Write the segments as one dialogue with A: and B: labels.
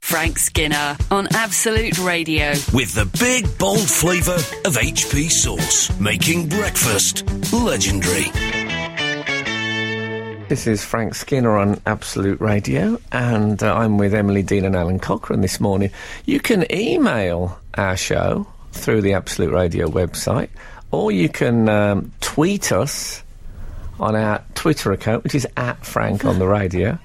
A: Frank Skinner on Absolute Radio.
B: With the big, bold flavour of HP sauce, making breakfast legendary.
C: This is Frank Skinner on Absolute Radio, and uh, I'm with Emily Dean and Alan Cochrane this morning. You can email our show through the Absolute Radio website, or you can um, tweet us on our Twitter account, which is at Frank on the Radio,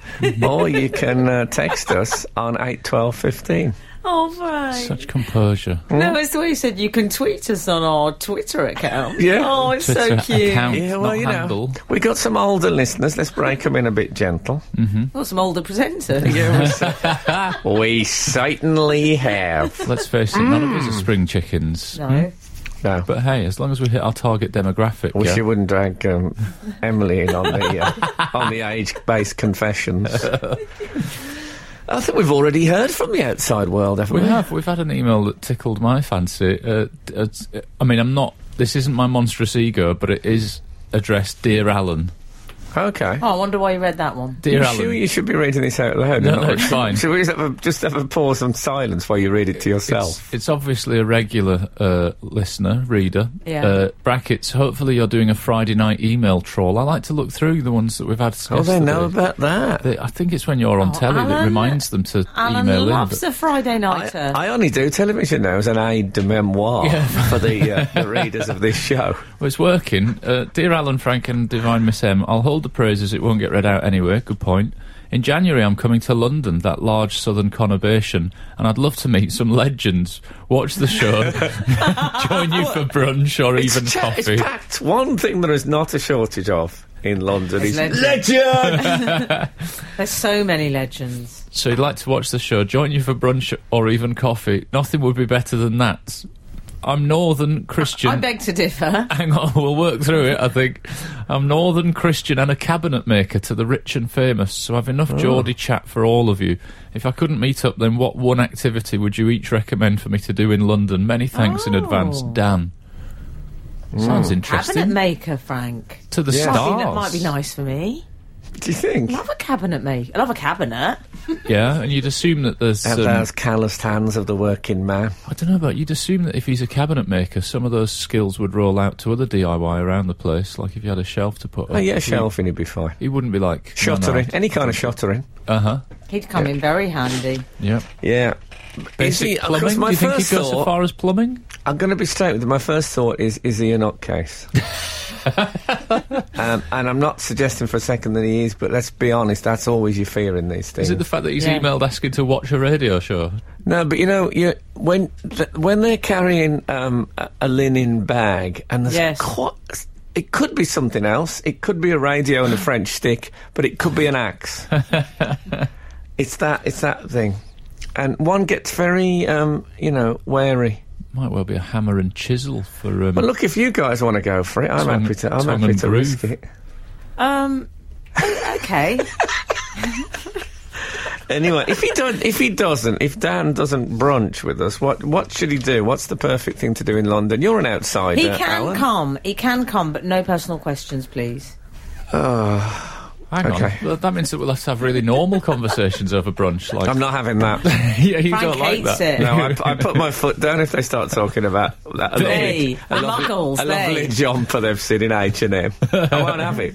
C: or you can uh, text us on eight twelve fifteen.
D: Oh, right.
E: Such composure.
D: no, it's the way you said you can tweet us on our Twitter account.
C: Yeah.
D: Oh, it's so
E: Twitter
D: cute.
E: account, not
C: you
E: handle.
C: know, we got some older listeners. Let's break them in a bit gentle.
D: Well, some older presenters.
C: We certainly have.
E: Let's face it, none of us are spring chickens.
D: Mm. No.
C: No.
E: But hey, as long as we hit our target demographic,
C: Wish
E: yeah,
C: you wouldn't drag um, Emily in on the uh, on the age-based confessions. I think we've already heard from the outside world, haven't we?
E: we have. We've had an email that tickled my fancy. Uh, d- uh, s- uh, I mean, I'm not. This isn't my monstrous ego, but it is addressed, dear Alan.
C: Okay.
D: Oh, I wonder why you read that one.
E: Dear
C: you,
E: Alan.
C: sure you should be reading this out loud.
E: No,
C: not
E: no,
C: we?
E: it's fine.
C: Should we just have, a, just have a pause and silence while you read it to yourself?
E: It's, it's obviously a regular uh, listener, reader.
D: Yeah.
E: Uh, brackets. Hopefully, you're doing a Friday night email trawl. I like to look through the ones that we've had.
C: oh, they know
E: yesterday.
C: about that.
E: They- I think it's when you're on
D: Oh,
E: telly that
D: Alan-
E: reminds them to
D: Alan
E: email
D: loves
E: in.
D: a Friday nighter.
C: I, I only do television now as an aide de memoire
E: Yeah.
C: for the, uh, the readers of this show.
E: but- Well, it's working. Uh, Dear Alan, Frank, and Divine Miss M, I'll hold the praises. It won't get read out anyway. Good point. In January, I'm coming to London, that large southern conurbation, and I'd love to meet some legends. Watch the show, join you for brunch or even
C: it's, cha- it's
E: coffee.
C: packed. One thing there is not a shortage of in London is
D: legends.
C: legend.
D: There's so many legends.
E: So you'd like to watch the show, join you for brunch or even coffee. Nothing would be better than that. I'm Northern Christian.
D: I beg to differ.
E: Hang on, we'll work through it, I think. I'm Northern Christian and a cabinet maker to the rich and famous, so I've
D: Oh.
E: enough Geordie chat for all of you. If I couldn't meet up, then what one activity would you each recommend for me to do in London? Many thanks in advance,
D: Oh.
E: Dan. Sounds
D: Cabinet
E: interesting.
D: maker, Frank.
E: To the
C: Yeah.
D: Something
E: stars.
D: that might be nice for me.
C: Do you think?
D: Love a cabinet maker. I love a cabinet.
E: Yeah, and you'd assume that there's.
C: At
E: um,
C: those calloused hands of the working man.
E: I don't know about you'd assume that if he's a cabinet maker, some of those skills would roll out to other DIY around the place. Like if you had a shelf to put up,
C: Oh, yeah,
E: he-
C: shelving would be fine.
E: He wouldn't be like
C: Shuttering, any kind of shuttering.
E: Uh huh.
D: He'd come in very handy.
E: Yeah.
C: Yeah.
E: Basic
C: Is he- 'cause
E: plumbing. Do
C: my
E: you think he
C: first
E: goes so
C: thought-
E: far as plumbing?
C: I'm going to be straight with you. My first thought is, is he a nutcase? um, and I'm not suggesting for a second that he is, but let's be honest, that's always your fear in these things.
E: Is it the fact that he's
D: Yeah.
E: emailed asking to watch a radio show?
C: No, but you know, you, when th- when they're carrying um, a, a linen bag, and there's
D: Yes.
C: quite, it could be something else. It could be a radio and a French stick, but it could be an axe. it's that it's that thing, and one gets very um, you know wary.
E: Might well be a hammer and chisel for. Um,
C: But look, if you guys want to go for it, I'm
E: Tongue-
C: happy to. I'm
E: tongue
C: happy
E: and
C: to risk
E: groove.
C: it.
D: Um, o- okay.
C: Anyway, if he don't, if he doesn't, if Dan doesn't brunch with us, what what should he do? What's the perfect thing to do in London? You're an outsider.
D: he can
C: Alan.
D: come. He can come, but no personal questions, please.
C: Ah.
E: hang on,
C: okay.
E: Th- that means that we'll have to have really normal conversations over brunch. Like,
C: I'm not having that.
E: yeah, you
D: Frank
E: don't like
D: hates
E: that.
D: it.
C: No, I, I put my foot down if they start talking about that. A
D: They,
C: lovely, a lovely,
D: Muggles,
C: a lovely
D: they.
C: jumper they've seen in H and M. I won't have it.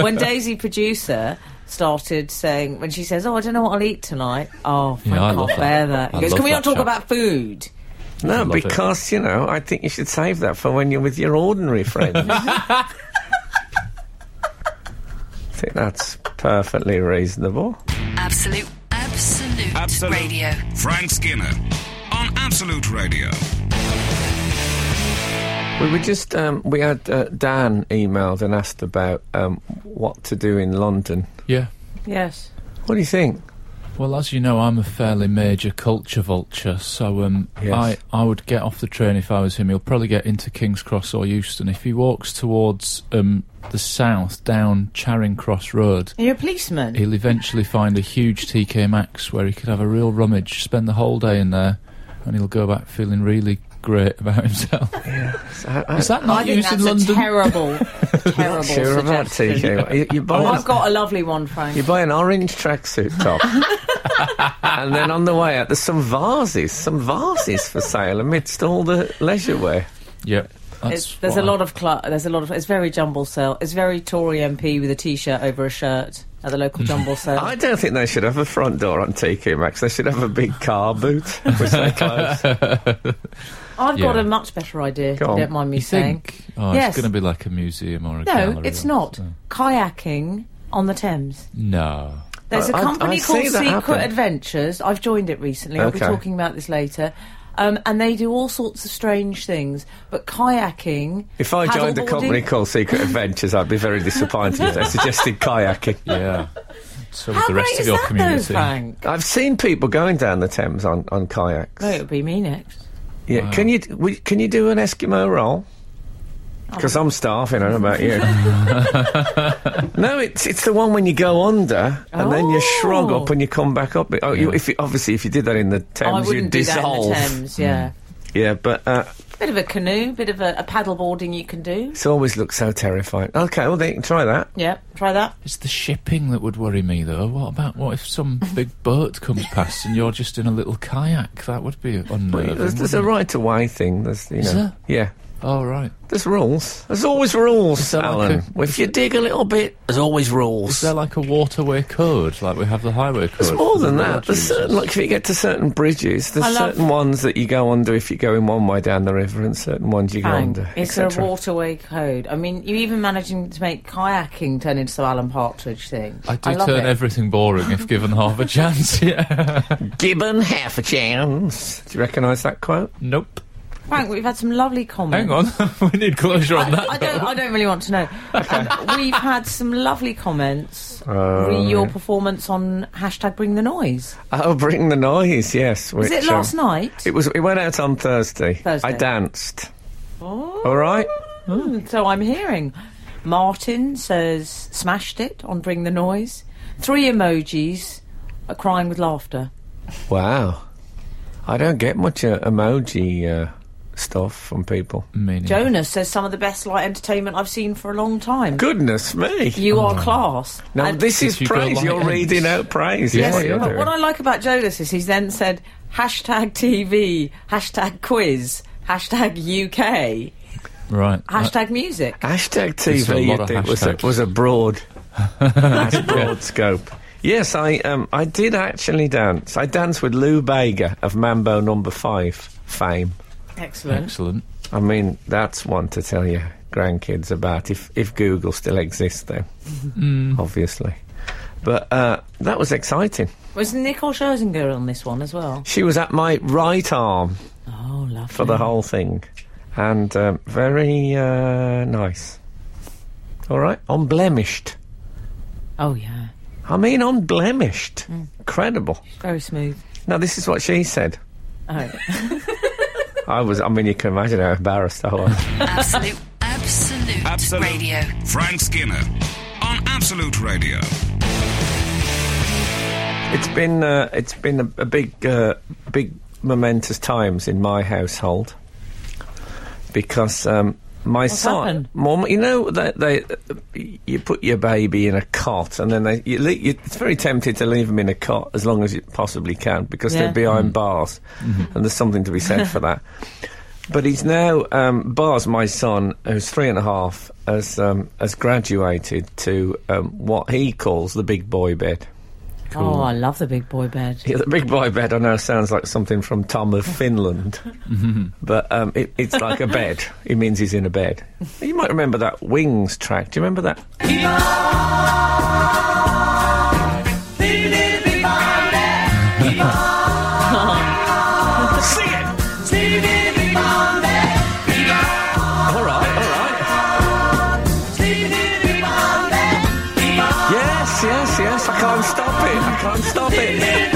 D: when Daisy producer started saying when she says, "Oh, I don't know what I'll eat tonight." Oh, Frank,
E: Yeah, I
D: I
E: love
D: can't bear
E: that.
D: that. He
E: I
D: goes,
E: love
D: "Can we
E: that
D: not talk
E: chat.
D: about food?"
C: No,
E: love it.
C: because you know, I think you should save that for when you're with your ordinary friends. I think that's perfectly reasonable.
A: Absolute, absolute,
B: Absolute.
A: radio.
B: Frank Skinner on Absolute Radio.
C: We were just um, we had uh, Dan emailed and asked about um, what to do in London.
E: Yeah.
D: Yes.
C: What do you think?
E: Well, as you know, I'm a fairly major culture vulture, so um,
C: Yes.
E: I, I would get off the train if I was him. He'll probably get into King's Cross or Euston. If he walks towards um, the south down Charing Cross Road,
D: Are you a policeman?
E: he'll eventually find a huge TK Maxx where he could have a real rummage, spend the whole day in there, and he'll go back feeling really great about himself.
C: I, I,
E: Is that
D: I
E: not
D: think
E: used
D: that's
E: in London?
D: a terrible, terrible
C: sure about
D: suggestion.
C: TK. You, you buy an-
D: Oh, I've got a lovely one, Frank.
C: you buy an orange tracksuit top. and then on the way out, there's some vases, some vases for sale amidst all the leisure wear.
E: Yep.
D: It's, there's a lot of cl- there's a lot of it's very jumble sale. It's very Tory MP with a t-shirt over a shirt at the local jumble sale.
C: I don't think they should have a front door on TK Maxx. They should have a big car boot, which they close.
D: I've got
E: Yeah.
D: a much better idea. If you
C: Go on.
D: don't mind me
E: You
D: saying.
E: think? Oh,
D: Yes.
E: it's going to be like a museum or a gallery.
D: No, it's
E: or
D: not.
E: something.
D: Kayaking on the Thames.
E: No.
D: There's a
C: I- I-
D: company
C: I see
D: called
C: that
D: Secret
C: happen.
D: Adventures. I've joined it recently. I'll be
C: Okay.
D: talking about this later. Um, and they do all sorts of strange things, but kayaking.
C: If I joined a
D: paddleboarding-
C: company called Secret Adventures, I'd be very disappointed if they suggested kayaking.
E: Yeah. So with
D: how
E: the rest
D: great
E: of
D: is
E: your
D: that
E: community.
D: though, Frank?
C: I've seen people going down the Thames on, on kayaks.
D: No, it'll be me next.
C: Yeah, can you we, can you do an Eskimo roll?
D: Oh.
C: Because I'm starving. I don't know about you. no, it's it's the one when you go under and then you shrug
D: Oh.
C: up and you come back up. Oh, you, if you, obviously if you did that in the
D: I
C: Thames, you'd
D: wouldn't do
C: dissolve.
D: that in the Thames. Yeah,
C: Yeah, but uh,
D: bit of a canoe, bit of a, a paddleboarding you can do.
C: it's always looked so terrifying. Okay, well they can try that.
D: Yeah, try that.
E: It's the shipping that would worry me, though. What about what if some big boat comes past and you're just in a little kayak? That would be unnerving.
C: There's, there's a
E: wouldn't
C: right to way thing. There's you know,
E: Is there?
C: yeah.
E: it? Oh, right.
C: There's rules. There's always rules,
E: there like
C: Alan.
E: a-
C: if you dig a little bit, there's always rules.
E: Is there like a waterway code, like we have the highway code?
C: There's more
E: for the
C: than
E: road
C: that. There's
E: users?
C: certain, like, if you get to certain bridges, there's
D: I love-
C: certain ones that you go under if you go in one way down the river, and certain ones you go
D: Bang.
C: under.
D: It's a
C: etc.
D: waterway code. I mean, you're even managing to make kayaking turn into some Alan Partridge thing.
E: I do
D: love
E: turn
D: it.
E: everything boring if given half a chance. Yeah.
C: Gibbon half a chance. Do you recognise that quote?
E: Nope.
D: Frank, we've had some lovely comments.
E: Hang on. we need closure on that.
D: I don't, I don't really want to know. Um, we've had some lovely comments.
C: Uh,
D: re your performance on hashtag Bring the Noise.
C: Oh, bring the noise. Yes. um,
D: Was it last night?
C: It was. It went out on Thursday.
D: Thursday.
C: I danced.
D: Oh,
C: All right.
D: Hmm, so I'm hearing. Martin says, smashed it on Bring the Noise. Three emojis, uh, crying with laughter.
C: Wow. I don't get much uh, emoji uh, stuff from people.
E: Meaning-
D: Jonas says, some of the best light entertainment I've seen for a long time.
C: Goodness me.
D: You are class.
C: Oh. now
D: And-
C: this is
E: you go
C: praise.
E: like
C: You're
E: this?
C: reading out praise.
E: Yes,
C: is what you're
E: yeah.
D: But what
C: doing.
D: I like about Jonas is he's then said hashtag TV, hashtag quiz, hashtag UK,
E: Right.
D: hashtag music.
C: Hashtag
E: There's a
C: TV
E: lot
C: you
E: of
C: think was a,
E: hashtags.
C: was a broad, that's broad scope. Yes, I um, I did actually dance. I danced with Lou Bega of Mambo Number Five fame.
D: Excellent.
E: Uh, Excellent.
C: I mean, that's one to tell your grandkids about if if Google still exists, then
E: Mm.
C: obviously. But uh, that was exciting.
D: Was Nicole Scherzinger on this one as well?
C: She was at my right arm
D: Oh, lovely.
C: for the
E: Mm.
C: whole thing, and um, very uh, nice. All right, unblemished.
D: Oh, yeah.
C: I mean, unblemished. Incredible.
D: Very smooth.
C: Now, this is what she said.
D: Oh.
C: I was, I mean, you can imagine how embarrassed I was.
A: Absolute, absolute,
B: Absolute.
A: radio.
F: Frank Skinner on Absolute Radio.
C: it's been, uh, it's been a, a big, uh, big momentous times in my household because um, my son,
D: happened?
C: mom, you know, they, they, you put your baby in a cot, and then they, you, le- you, it's very tempting to leave them in a cot as long as you possibly can because
D: Yeah.
C: they're behind bars, and there's something to be said for that. But he's now um, Bars, my son, who's three and a half, has um, has graduated to um, what he calls the big boy bed.
D: oh, I love the big boy bed.
C: Yeah, the big boy bed. I know sounds like something from Tom of Finland, but um, it, it's like a bed. It means he's in a bed. You might remember that Wings track. Do you remember that? Sing it. All right, all right. Yes, yes, yes. I can't stop it. I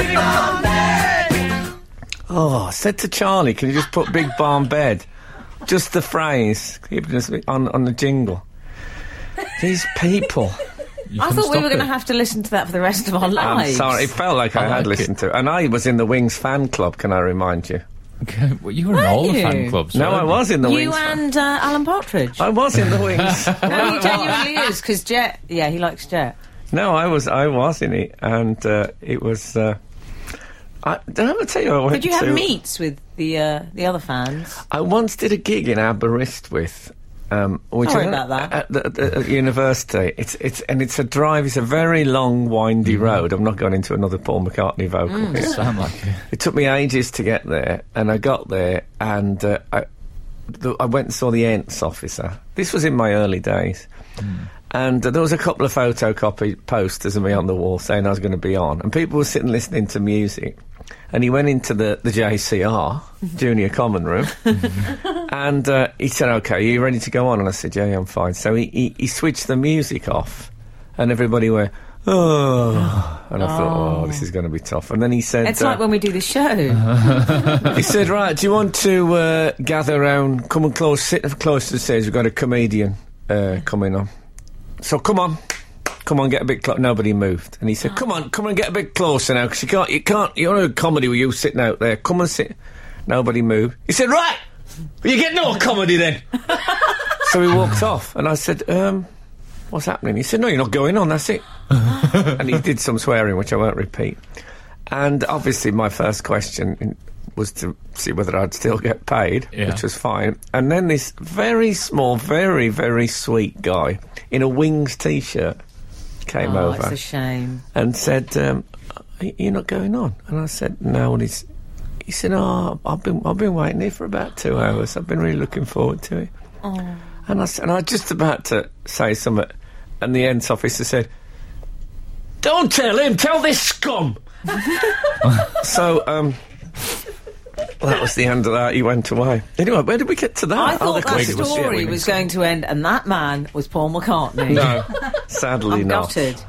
C: can't stop it. Oh, I said to Charlie, can you just put Big Barn Bed? Just the phrase Can you just- on, on the jingle. These people.
E: You
D: I
E: can
D: thought we
E: stop
D: were going to
E: it.
D: have to listen to that for the rest of our
C: I'm
D: lives.
C: sorry. It felt like I,
E: I
C: had
E: like it.
C: listened to it. And I was in the Wings fan club, can I remind you?
E: Okay, well, you were in
D: Weren't
E: all the
D: you?
E: fan clubs.
C: No, I was
E: weren't you?
C: in the
D: You
C: Wings. fan-
D: and uh, Alan Partridge.
C: I was in the Wings.
D: no, he genuinely is, because Jet, yeah, he likes Jet.
C: No, I was I was in it, and uh, it was uh, I, did I ever tell you I went
D: Did you have
C: to-
D: meets with the uh, the other fans?
C: I once did a gig in Aberystwyth. Um, which
D: Sorry
C: is
D: about that.
C: At, the, at, the, at university, it's it's and it's a drive. It's a very long, windy road. I'm not going into another Paul McCartney vocal. here.
E: Sound like it.
C: It took me ages to get there, and I got there, and uh, I, the, I went and saw the Ents officer. This was in my early days,
D: Hmm.
C: and uh, there was a couple of photocopy posters of me on the wall saying I was going to be on, and people were sitting listening to music. And he went into the, the JCR, Junior Common Room, and uh, he said, Okay, are you ready to go on? And I said, Yeah, yeah, I'm fine. So he, he, he switched the music off, and everybody went, Oh. And I thought, Oh, this is going to be tough. And then he said,
D: It's
C: uh,
D: like when we do the show.
C: Uh-huh. he said, "Right, do you want to uh, gather round? Come and close, sit close to the stage. We've got a comedian uh, coming on. So come on, come on, get a bit close." Nobody moved, and he said, "Come on, come and get a bit closer now, because you can't, you can't. You're a comedy with you sitting out there. Come and sit." Nobody moved. He said, "Right, well, you get no comedy then." so he walked off, and I said, um, "What's happening?" He said, "No, you're not going on. That's it." and he did some swearing, which I won't repeat. And obviously, my first question in- was to see whether I'd still get paid,
E: Yeah.
C: which was fine. And then this very small, very, very sweet guy in a Wings t shirt came
D: oh, it's
C: over
D: a shame.
C: and said, um, "Y- "You're not going on." And I said, "No." And he's, he said, "Oh, I've been I've been waiting here for about two hours. I've been really looking forward to it."
D: Oh.
C: And I s- and I was just about to say something, and the ends officer said, "Don't tell him. Tell this scum." so um. That was the end of that. He went away. Anyway, where did we get to that?
D: I
C: Oh,
D: thought
C: the
D: that
C: Queen was- yeah,
D: story
C: we-
D: was going to end, and that man was Paul McCartney.
C: No, sadly
D: I'm
C: not.
D: gutted.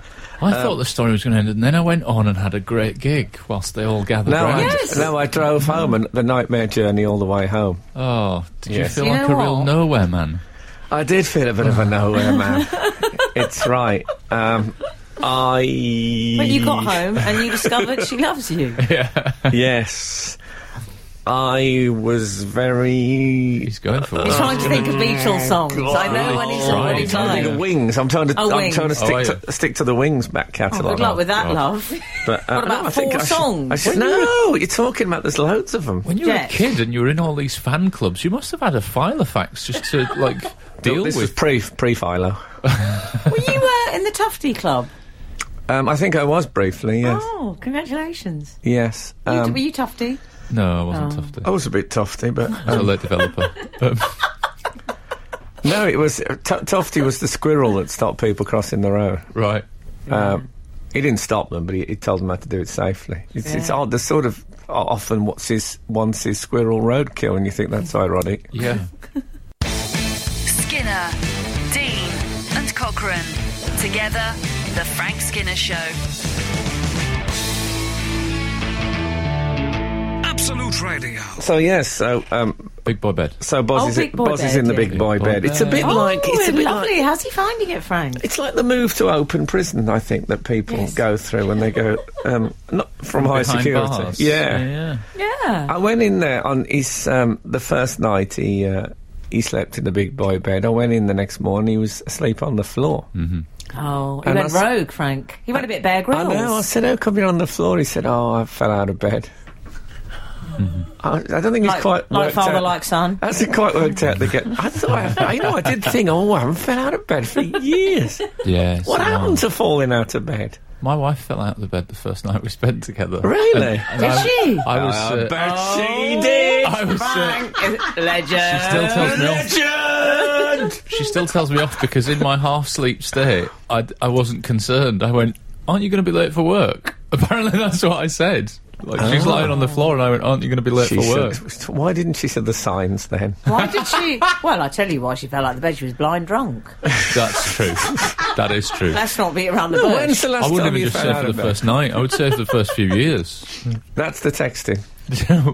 C: Um,
E: I thought the story was going to end, and then I went on and had a great gig whilst they all gathered
C: No, I,
E: round.
D: Yes.
C: no, I drove home and the nightmare journey all the way home.
E: Oh, did
C: Yes.
E: you feel
D: You
E: like
D: know
E: a real
D: what?
E: nowhere man?
C: I did feel a bit of a nowhere man. it's right. Um, I.
D: But you got home and you discovered she loves you.
C: Yes. I was very.
E: He's going for it.
D: He's trying to think of
C: Oh,
D: Beatles songs. I know when he's
E: Right.
D: already
E: He's trying to
C: The
E: think
D: time.
C: wings. I'm trying to.
D: Oh,
C: I'm
D: Wings. Oh,
C: trying to stick,
E: Oh, are
C: to, stick to the wings back catalogue.
D: Good luck with that,
C: God.
D: love.
C: But, uh,
D: What about
C: no, I think
D: four
C: I should-
D: songs?
C: I should-
D: When
C: no, you're talking about. There's loads of them.
E: When you were a
D: Jack.
E: kid and you were in all these fan clubs, you must have had a file of facts just to like deal
C: this was
E: with.
C: pre pre Philo.
D: Well, you were in the Tufty Club.
C: Um, I think I was briefly. Yes.
D: Oh, congratulations.
C: Yes.
D: You-
C: Um,
D: were you Tufty?
E: No, I wasn't tough.
C: I
E: To,
C: was a bit tufty, but
E: I was a late developer. Um,
C: no, it was uh, t- tufty was the squirrel that stopped people crossing the road.
E: right.
C: Um, he didn't stop them, but he, he told them how to do it safely. It's, it's
D: Yeah.
C: odd. There's sort of o- often what's his once his squirrel roadkill, and you think that's ironic.
E: Yeah.
A: Skinner, Dean, and Cochrane. Together, The Frank Skinner Show.
F: Absolute Radio.
C: So yes, so um,
E: Big boy bed.
C: so Boz,
D: Oh,
C: is,
D: Big Boy
C: Boz is in the
D: Bed, yeah.
C: big boy
E: Big Boy
C: bed. It's a bit
D: Oh,
C: like it's a bit
D: lovely.
C: like
D: How's he finding it, Frank?
C: it's like the move to open prison. I think that people
D: Yes.
C: go through when they go um, not from, high
E: Behind
C: security.
E: bars.
C: Yeah.
E: yeah.
D: Yeah.
C: I went in there on his um, the first night. He uh, he slept in the big boy bed. I went in the next morning. He was asleep on the floor.
E: Mm.
D: Oh, he
C: And
D: went
C: that's-
D: rogue, Frank. He went a bit Bear Grylls.
C: I know. I said, "How come you're on the floor?" He said, "Oh, I fell out of bed."
E: Mm-hmm.
C: I, I don't think
D: like,
C: it's quite
D: like
C: worked
D: father,
C: out.
D: like son.
C: hasn't quite worked out. The get. I thought, I, you know, I did think, "Oh, I haven't fell out of bed for years."
E: Yes.
C: What
E: wow.
C: happened to falling out of bed?
E: My wife fell out of the bed the first night we spent together.
C: Really?
E: And
D: Did
E: I-
D: she?
E: I was. uh,
C: bet
D: Oh.
C: she did.
E: I was. Uh,
D: Legend.
E: she still tells me off.
C: Legend.
E: She still tells me off because in my half sleep state, I, I wasn't concerned. I went, "Aren't you going to be late for work?" Apparently, that's what I said. Like she's
C: Oh.
E: lying on the floor, and I went, "Aren't you going to be late
C: She
E: for work?"
C: said, why didn't she say the signs then?
D: Why did she? Well, I tell you why she fell out of the bed. She was blind drunk.
E: That's true. that is true.
D: Let's not beat around the
C: When's
D: bush.
C: the last
E: I wouldn't
C: time
E: even
C: you
E: just
C: fell
E: say
C: out
E: for the
C: of bed?
E: first night. I would say for the first few years.
C: That's the texting.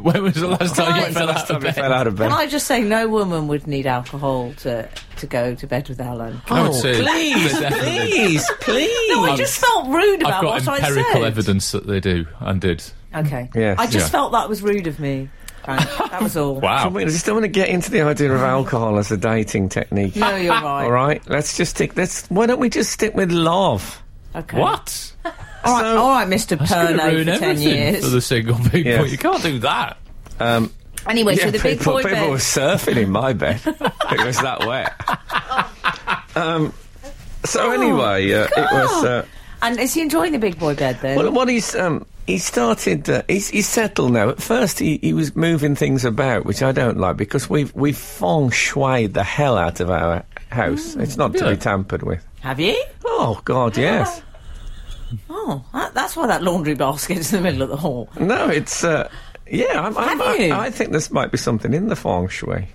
E: when was the last time you
D: When's
E: fell
C: Last
E: out
C: time
E: of
C: you
E: bed?
C: fell out of bed.
D: Can I just say, no woman would need alcohol to to go to bed with Alan.
E: I would say
C: Oh, please,
E: they definitely-
C: please, please.
D: No, I just felt rude
E: I've
D: about
E: got
D: what I said.
E: empirical evidence that they do and did.
D: Okay.
C: Yes.
D: I just
E: Yeah.
D: felt that was rude of me. Frank. That was all.
E: Wow.
C: I mean, I just don't want to get into the idea of alcohol as a dating technique.
D: No, you're right.
C: All right, let's just stick. Let's. Why don't we just stick with love?
D: Okay.
E: What?
D: All right,
C: So-
D: all right Mr.
E: That's going to
D: Perno
E: ruin
D: for 10
E: everything
D: years.
E: for the single people.
C: Yes.
E: You can't do that.
C: Um,
D: Anyway, so the big
C: people,
D: boy
C: people
D: bed.
C: were surfing in my bed. it was that wet. Um,
D: Oh,
C: so anyway, uh, it was. Uh,
D: And is he enjoying the big boy bed then?
C: Well, what he's um, he started. Uh, he's, he's settled now. At first, he, he was moving things about, which I don't like because we've we've feng shuied the hell out of our
D: Mm,
C: house. it's not to
E: Really?
C: be tampered with.
D: Have you?
C: Oh God, yes.
D: Oh, that, that's why that laundry basket is in the middle of the hall.
C: No, it's. Uh, yeah, I'm, I'm,
D: Have you?
C: I, I think this might be something in the feng shui.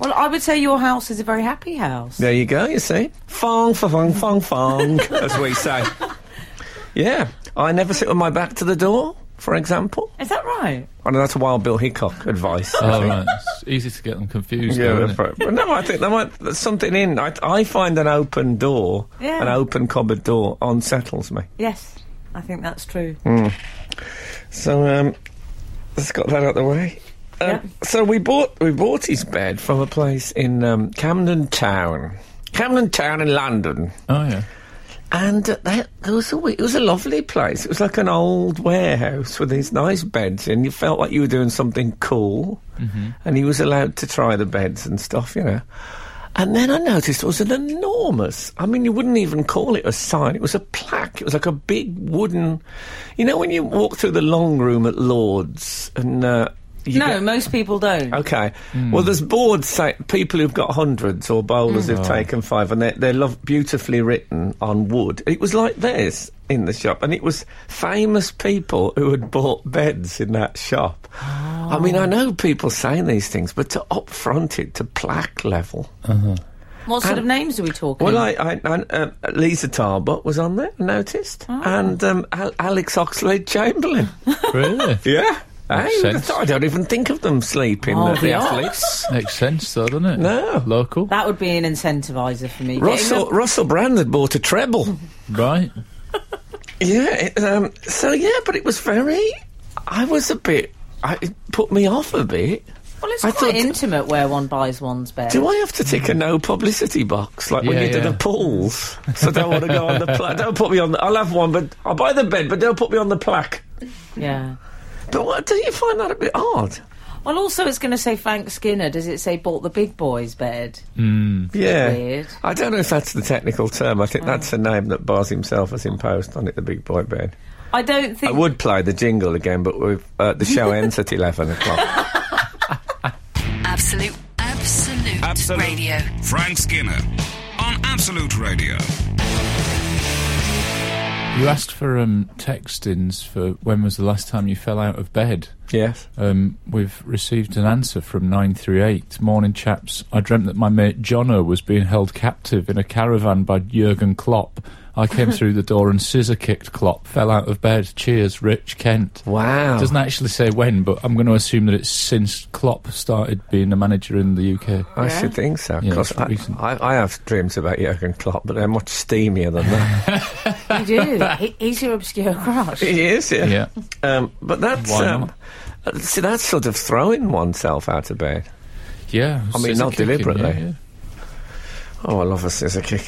D: Well, I would say your house is a very happy house.
C: There you go. You see, feng fa feng feng feng, as we say. Yeah, I never sit with my back to the door, for example.
D: Is that right?
C: I know that's wild Bill Hickok advice. I
E: Oh,
C: think.
E: right. It's easy to get them confused.
C: Yeah,
E: though,
C: that's
E: isn't it?
C: right. But no, I think there might, there's something in. I, I find an open door,
D: Yeah.
C: an open cupboard door, unsettles me.
D: Yes, I think that's true.
E: Mm.
C: So um, let's got that out the way. Um,
D: Yeah.
C: So we bought we bought his bed from a place in um, Camden Town, Camden Town in London,
E: Oh, yeah.
C: and uh, that, there was a w- it was a lovely place. It was like an old warehouse with these nice beds, and you felt like you were doing something cool. And he was allowed to try the beds and stuff, you know. And then I noticed it was an enormous. I mean, you wouldn't even call it a sign. It was a plaque. It was like a big wooden. You know, when you walk through the long room at Lords and. Uh, you
D: no,
C: get-
D: most people don't.
C: Okay. Well, there's boards say people who've got hundreds or bowlers who've taken five, and they're, they're love, beautifully written on wood. It was like theirs in the shop, and it was famous people who had bought beds in that shop. I mean, I know people saying these things, but to upfront it to plaque level.
D: What sort of names are we talking?
C: Well, I, I, I uh, Lisa Tarbot was on there, I noticed, and um, Al- Alex Oxlade Chamberlain.
E: Really?
C: yeah.
E: Makes
C: I,
E: sense.
C: I don't even think of them sleeping. the,
D: Oh,
C: the
D: the
C: athletes.
E: Makes sense, though, doesn't it?
C: No.
E: Local.
D: that would be an incentivizer for me. Getting
C: Russell
D: up-
C: Russell Brand had bought a treble.
E: Right.
C: yeah. It, um, so yeah, but it was very. I was a bit. I, it put me off a bit.
D: well, it's
C: I
D: quite
C: thought-
D: intimate where one buys one's bed.
C: Do I have to tick a no publicity box like when
E: Yeah,
C: you do
E: yeah.
C: the pools? So don't want to go on the plaque. Don't put me on. The, I'll have one, but I'll buy the bed, but don't put me on the plaque.
D: yeah.
C: But what, do you find that a bit odd?
D: Well, also it's going to say Frank Skinner. Does it say bought the big boy's bed?
C: Yeah.
D: Weird.
C: I don't know if that's the technical term. I think that's a name that Bars himself has imposed on it, the big boy bed.
D: I don't think.
C: I would play the jingle again, but we've, uh, the show ends at 11 o'clock.
A: Absolute, absolute,
F: Absolute.
A: radio.
F: Frank Skinner on Absolute Radio.
E: You asked for um, textins for when was the last time you fell out of bed.
C: Yes.
E: Um, we've received an answer from 938. Morning, chaps. I dreamt that my mate Jono was being held captive in a caravan by Jurgen Klopp. I came through the door and scissor kicked Klopp, fell out of bed. Cheers, Rich Kent.
C: Wow.
E: Doesn't actually say when, but I'm going to assume that it's since Klopp started being a manager in the UK.
C: I
D: Yeah.
C: should think so.
E: Yeah,
C: 'cause
E: it's
C: I,
E: recent.
C: I, I have dreams about Jurgen Klopp, but they're much steamier than that.
D: you do. He- he's your obscure crush.
C: he is, yeah.
E: Yeah.
C: Um, but that's
E: Why
C: um, uh, see, that's sort of throwing oneself out of bed. I
E: Yeah.
C: mean,
E: scissor
C: not
E: kicking,
C: deliberately.
E: yeah, yeah.
C: Oh, I love a scissor kick.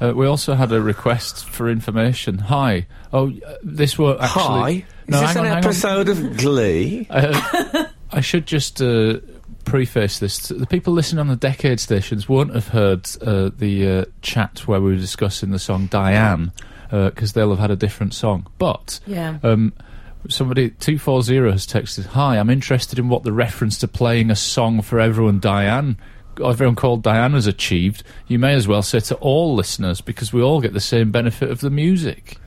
E: Uh, we also had a request for information. Hi. Oh, uh, this won't actually.
C: Hi, is this an
E: hang on, hang on. Uh,
C: episode of Glee?
E: I should just uh, preface this. The people listening on the Decade stations won't have heard uh, the uh, chat where we were discussing the song Diane, because they'll have had a different song. But
D: Yeah.
E: um, somebody, 240, has texted Hi, I'm interested in what the reference to playing a song for everyone, Diane. Everyone called Diane has achieved. You may as well say to all listeners because we all get the same benefit of the music.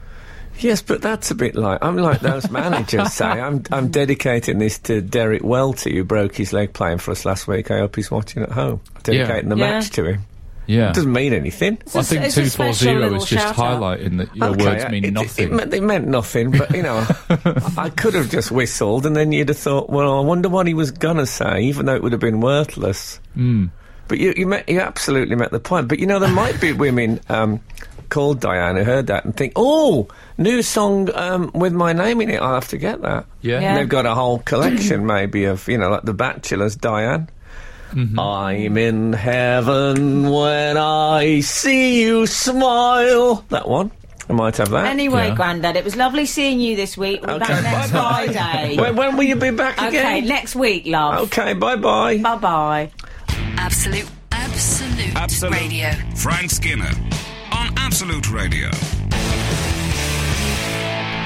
C: yes, but that's a bit like I'm like those managers say. I'm I'm dedicating this to Derek Welty, who broke his leg playing for us last week. I hope he's watching at home. Dedicating the
D: Yeah.
C: match to him
E: Yeah,
C: doesn't mean anything.
D: a
E: I
D: s-
E: think
D: it's a
E: two
D: special
E: four zero
D: little
E: is just
D: shout-out.
E: highlighting that your
C: Okay,
E: words
C: uh,
E: mean
C: it, it-
E: nothing.
C: It, meant, it meant nothing, but you know, I could have just whistled, and then you'd have thought, well, I wonder what he was gonna say, even though it would have been worthless.
E: Hmm.
C: But you, you, met, you absolutely met the point. But you know, there might be women um, called Diane who heard that and think, oh, new song um, with my name in it. I'll have to get that.
E: Yeah.
D: Yeah.
C: And they've got a whole collection, maybe, of you know, like The Bachelor's Diane. I'm in heaven when I see you smile. That one. I might have that.
D: Anyway,
E: Yeah.
D: Grandad, it was lovely seeing you this week. We're
C: Okay,
D: back next Friday.
C: when, when will you be back
D: okay,
C: again?
D: next week, love.
C: Okay, bye bye.
D: Bye bye.
A: Absolute, absolute,
F: Absolute.
A: radio.
F: Frank Skinner on Absolute Radio.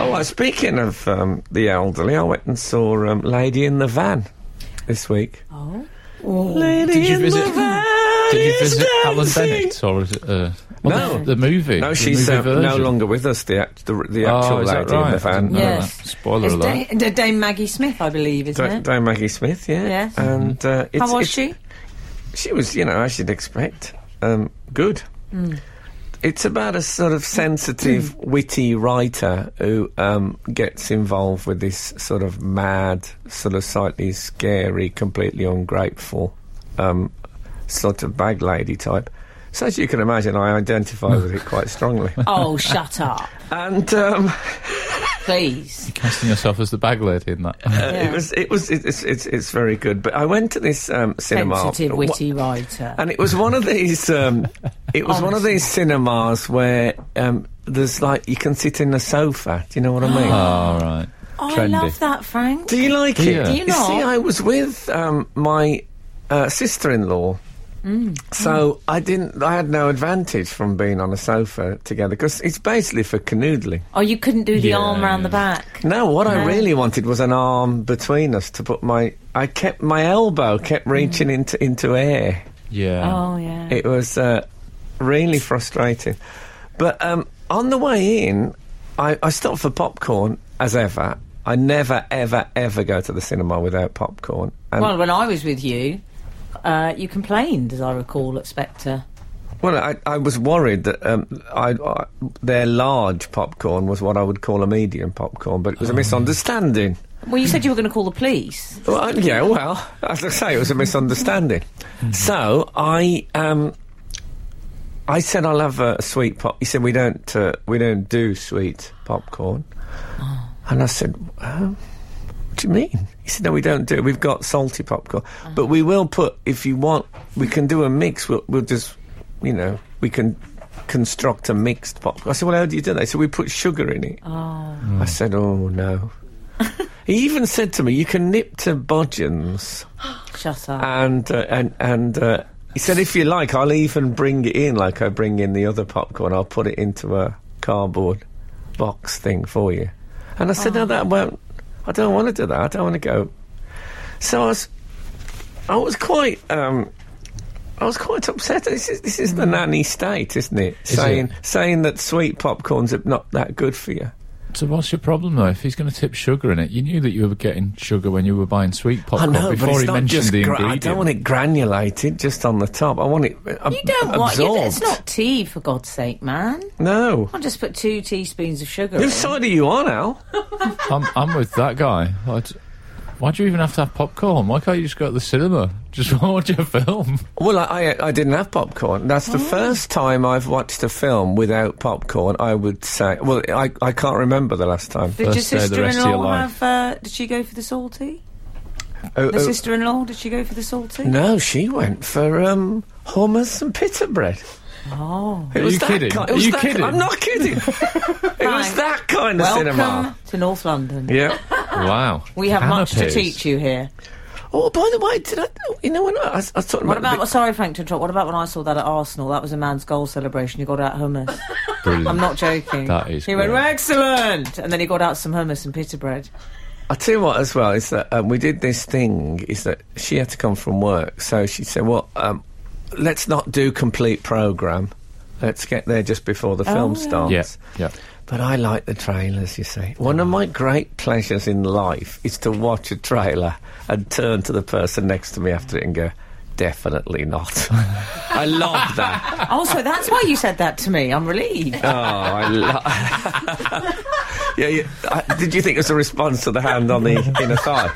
C: Oh, well, speaking of um, the elderly, I went and saw um, Lady in the Van this week.
D: Oh.
C: Lady
E: Did you
C: in
E: visit-
C: the Van
E: Did you
C: is
E: visit Alan
C: dancing.
E: Bennett or is it, uh,
C: No.
E: the, the movie?
C: No,
E: the
C: she's
E: movie
C: uh, no
E: version?
C: longer with us. The act, the, the
E: Oh,
C: actual
E: is that
C: lady in the
E: right? I
C: van.
E: didn't know that.
D: Yes.
E: Spoiler
D: It's
E: alert.
D: Dame, D- Dame Maggie Smith, I believe, isn't
C: Dame
D: it?
C: Dame Maggie Smith, yeah.
D: Yes.
C: And
E: Mm-hmm.
C: uh, it's,
D: How was
C: it's-
D: she?
C: She was, you know, as you'd expect, um, good.
D: Mm.
C: It's about a sort of sensitive, witty writer who um, gets involved with this sort of mad, sort of slightly scary, completely ungrateful um, sort of bag lady type. So, as you can imagine, I identify with it quite strongly.
D: Oh, shut up,
C: And um,
D: please.
E: Casting yourself as the bag lady in that.
C: it was, it was, it, it's, it's, it's very good. But I went to this um, cinema.
D: Sensitive,
C: Wha-
D: witty writer.
C: And it was one of these. Um, it was one of these cinemas where um, there's like you can sit in a sofa. Do you know what I mean?
E: All Ah, right.
D: Oh, I
E: trendy.
D: love that, Frank.
C: Do you like
E: Yeah.
C: it?
E: Do
D: you not?
C: see, I was with um, my uh, sister-in-law.
D: Mm.
C: So I didn't. I had no advantage from being on a sofa together because it's basically for canoodling.
D: Oh, you couldn't do the
E: Yeah,
D: arm round
E: yeah.
D: the back.
C: No, what I
D: No.
C: really wanted was an arm between us to put my. I kept my elbow kept reaching
D: Mm.
C: into into air.
E: Yeah.
D: Oh, yeah.
C: It was uh, really frustrating. But um, on the way in, I, I stopped for popcorn as ever. I never, ever, ever go to the cinema without popcorn.
E: um,
C: And,
D: well,
C: well,
D: when I was with you, uh, you complained, as I recall, at Spectre.
C: I, I was worried that um, I, I, their large popcorn was what I would call a medium popcorn, but it was a misunderstanding.
D: Well, you said you were going to call the police.
C: Well, I- yeah, well, as I say, it was a misunderstanding. so I, um, I said I'll have a sweet pop. He said we don't, uh, we don't do sweet popcorn. And I said, um, what do you mean? He said, no, we don't do it. We've got salty popcorn, but we will put if you want. We can do a mix. We'll, we'll just, you know, we can construct a mixed popcorn. I said, well, how do you do that? So we put sugar in it. I said, oh no. He even said to me, "You can nip to Bodgens,"
D: Shut up.
C: and uh, and and uh, he said, "If you like, I'll even bring it in, like I bring in the other popcorn. I'll put it into a cardboard box thing for you." And I said, "No, that won't. I don't want to do that. I don't want to go." So I was, I was quite. Um, I was quite upset. This is, this is the nanny state, isn't it? saying saying that sweet popcorn's not that good for you.
E: So what's your problem though? If he's going to tip sugar in it, you knew that you were getting sugar when you were buying sweet
C: I
E: popcorn
C: know,
E: before
C: but it's
E: he
C: not
E: mentioned
C: just.
E: the
C: gra- I
E: ingredient.
C: don't want it granulated just on the top. I want it. uh,
D: you don't
C: ab-
D: want
C: absorbed.
D: It's not tea, for God's sake, man.
C: No.
D: I'll just put two teaspoons of sugar in.
C: Whose side are you on, Al?
E: I'm, I'm with that guy. I'd, why do you even have to have popcorn? Why can't you just go to the cinema? Just watch a film.
C: Well, I, I, I didn't have popcorn. That's
D: Oh.
C: the first time I've watched a film without popcorn. I would say. Well, I, I can't remember the last time.
D: Did your
E: First day of the rest of your
D: sister-in-law
E: life. Uh,
D: have... Uh, did she go for the salty?
C: Oh,
D: The
C: oh,
D: sister-in-law, did she go for the salty?
C: no, she went for um, hummus and pita bread.
D: Oh.
C: It
E: Are
C: was
E: you
C: that
E: kidding?
C: ki- it
E: Are
C: was
E: you
C: that-
E: kidding?
C: I'm not kidding. it was
D: Fine.
C: that kind of
D: Welcome
C: cinema.
D: to North London.
C: Yeah.
E: Wow.
D: We have much to
E: Canapes.
D: teach you here.
C: Oh, by the way, did I? You know when I, I, was- I was talking
D: What
C: about
D: about, sorry Frank to interrupt, what about when I saw that at Arsenal? That was a man's goal celebration. He got out hummus.
E: Brilliant.
D: I'm not joking.
E: That is
D: He went,
E: great.
D: excellent! And then he got out some hummus and pita bread.
C: I tell you what, as well, is that um, we did this thing. Is that she had to come from work, so she said, "Well, um, let's not do complete program. Let's get there just before the film
D: yeah.
C: starts."
E: Yeah. Yeah.
C: But I like the trailers. You see, one of my great pleasures in life is to watch a trailer and turn to the person next to me after it and go, "Definitely not." I love that.
D: Also, that's why you said that to me. I'm relieved.
C: Oh, I love. yeah, yeah. I, did you think it was a response to the hand on the inner thigh?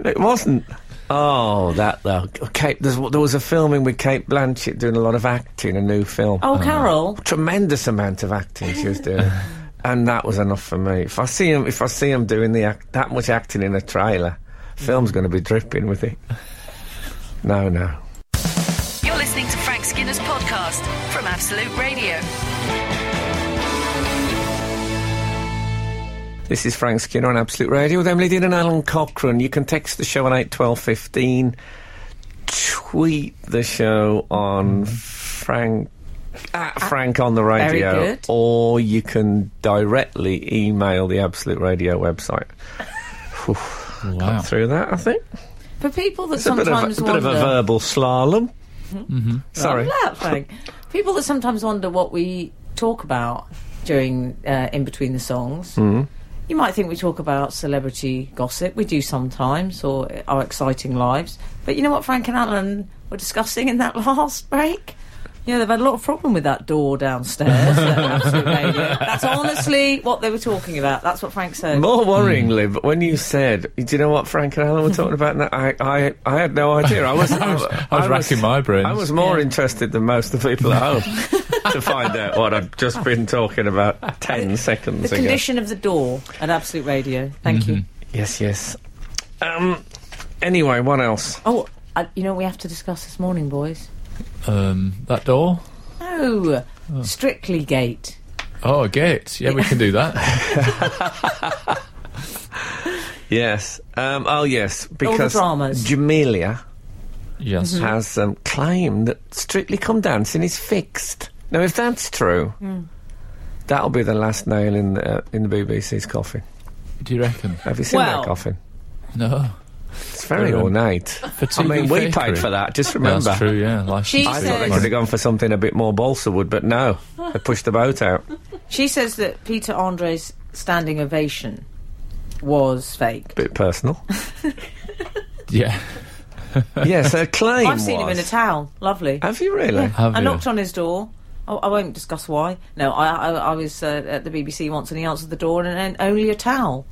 C: it wasn't. Oh, that though. Kate, there's, there was a filming with Kate Blanchett doing a lot of acting, a new film.
D: Oh,
E: Uh-huh.
D: Carol.
C: Tremendous amount of acting she was doing. and that was enough for me. If I see him, if I see him doing the act, that much acting in a trailer, film's going to be dripping with it. No, no.
A: You're listening to Frank Skinner's podcast from Absolute Radio.
C: This is Frank Skinner on Absolute Radio with Emily Dean and Alan Cochrane. You can text the show on 81215, tweet the show on Frank. At Frank on the
D: Ah, Very
C: radio,
D: good.
C: or you can directly email the Absolute Radio website.
E: Wow.
C: Through that, I think
D: For people that
C: it's a bit of a,
D: sometimes
C: bit of
D: wonder.
C: a verbal slalom. Sorry,
D: Love that thing. People that sometimes wonder what we talk about during uh, in between the songs. You might think we talk about celebrity gossip. We do sometimes, or our exciting lives. But you know what, Frank and Alan were discussing in that last break. Yeah, they've had a lot of problem with that door downstairs. at Absolute Radio. That's honestly what they were talking about. That's what Frank said.
C: More worryingly, but when you said, "Do you know what Frank and Alan were talking about?" No, I, I, I had no idea. I was, I was,
E: I was racking my brains.
C: I was more interested than most of the people at home to find out what I've just been talking about ten
D: the
C: seconds ago.
D: condition of the door at Absolute Radio. Thank you.
C: Yes, yes. Um. Anyway, what else?
D: Oh, uh, you know what we have to discuss this morning, boys.
E: Um, that door?
D: No, Strictly Gate.
E: Oh, a gate. Yeah, we can do that.
C: Yes. Um. Oh, yes. Because
D: dramas.
C: Jamelia
D: Mm-hmm.
E: yes.
C: has um, claimed that Strictly Come Dancing is fixed. Now, if that's true,
D: Hmm.
C: that'll be the last nail in the, uh, in the BBC's coffin.
E: Do you reckon?
C: Have you seen
D: Well-
C: that coffin?
E: No.
C: It's very
E: Um,
C: ornate. I
E: TV
C: mean, we
E: fakery.
C: paid for that. Just
E: Yeah,
C: remember.
E: That's true, yeah.
D: She
C: I
E: License plate
C: thought they
D: says-
C: could
E: money.
C: have gone for something a bit more balsa wood, but no, they pushed the boat out.
D: She says that Peter Andre's standing ovation was fake.
C: Bit personal.
E: Yeah.
C: yes, her claim
D: I've seen him in a
C: was-
D: towel. Lovely.
C: Have you really?
E: Have
D: I
E: you?
D: knocked on his door. Oh, I won't discuss why. No, I, I, I was uh, at the BBC once and he answered the door and, and only a towel.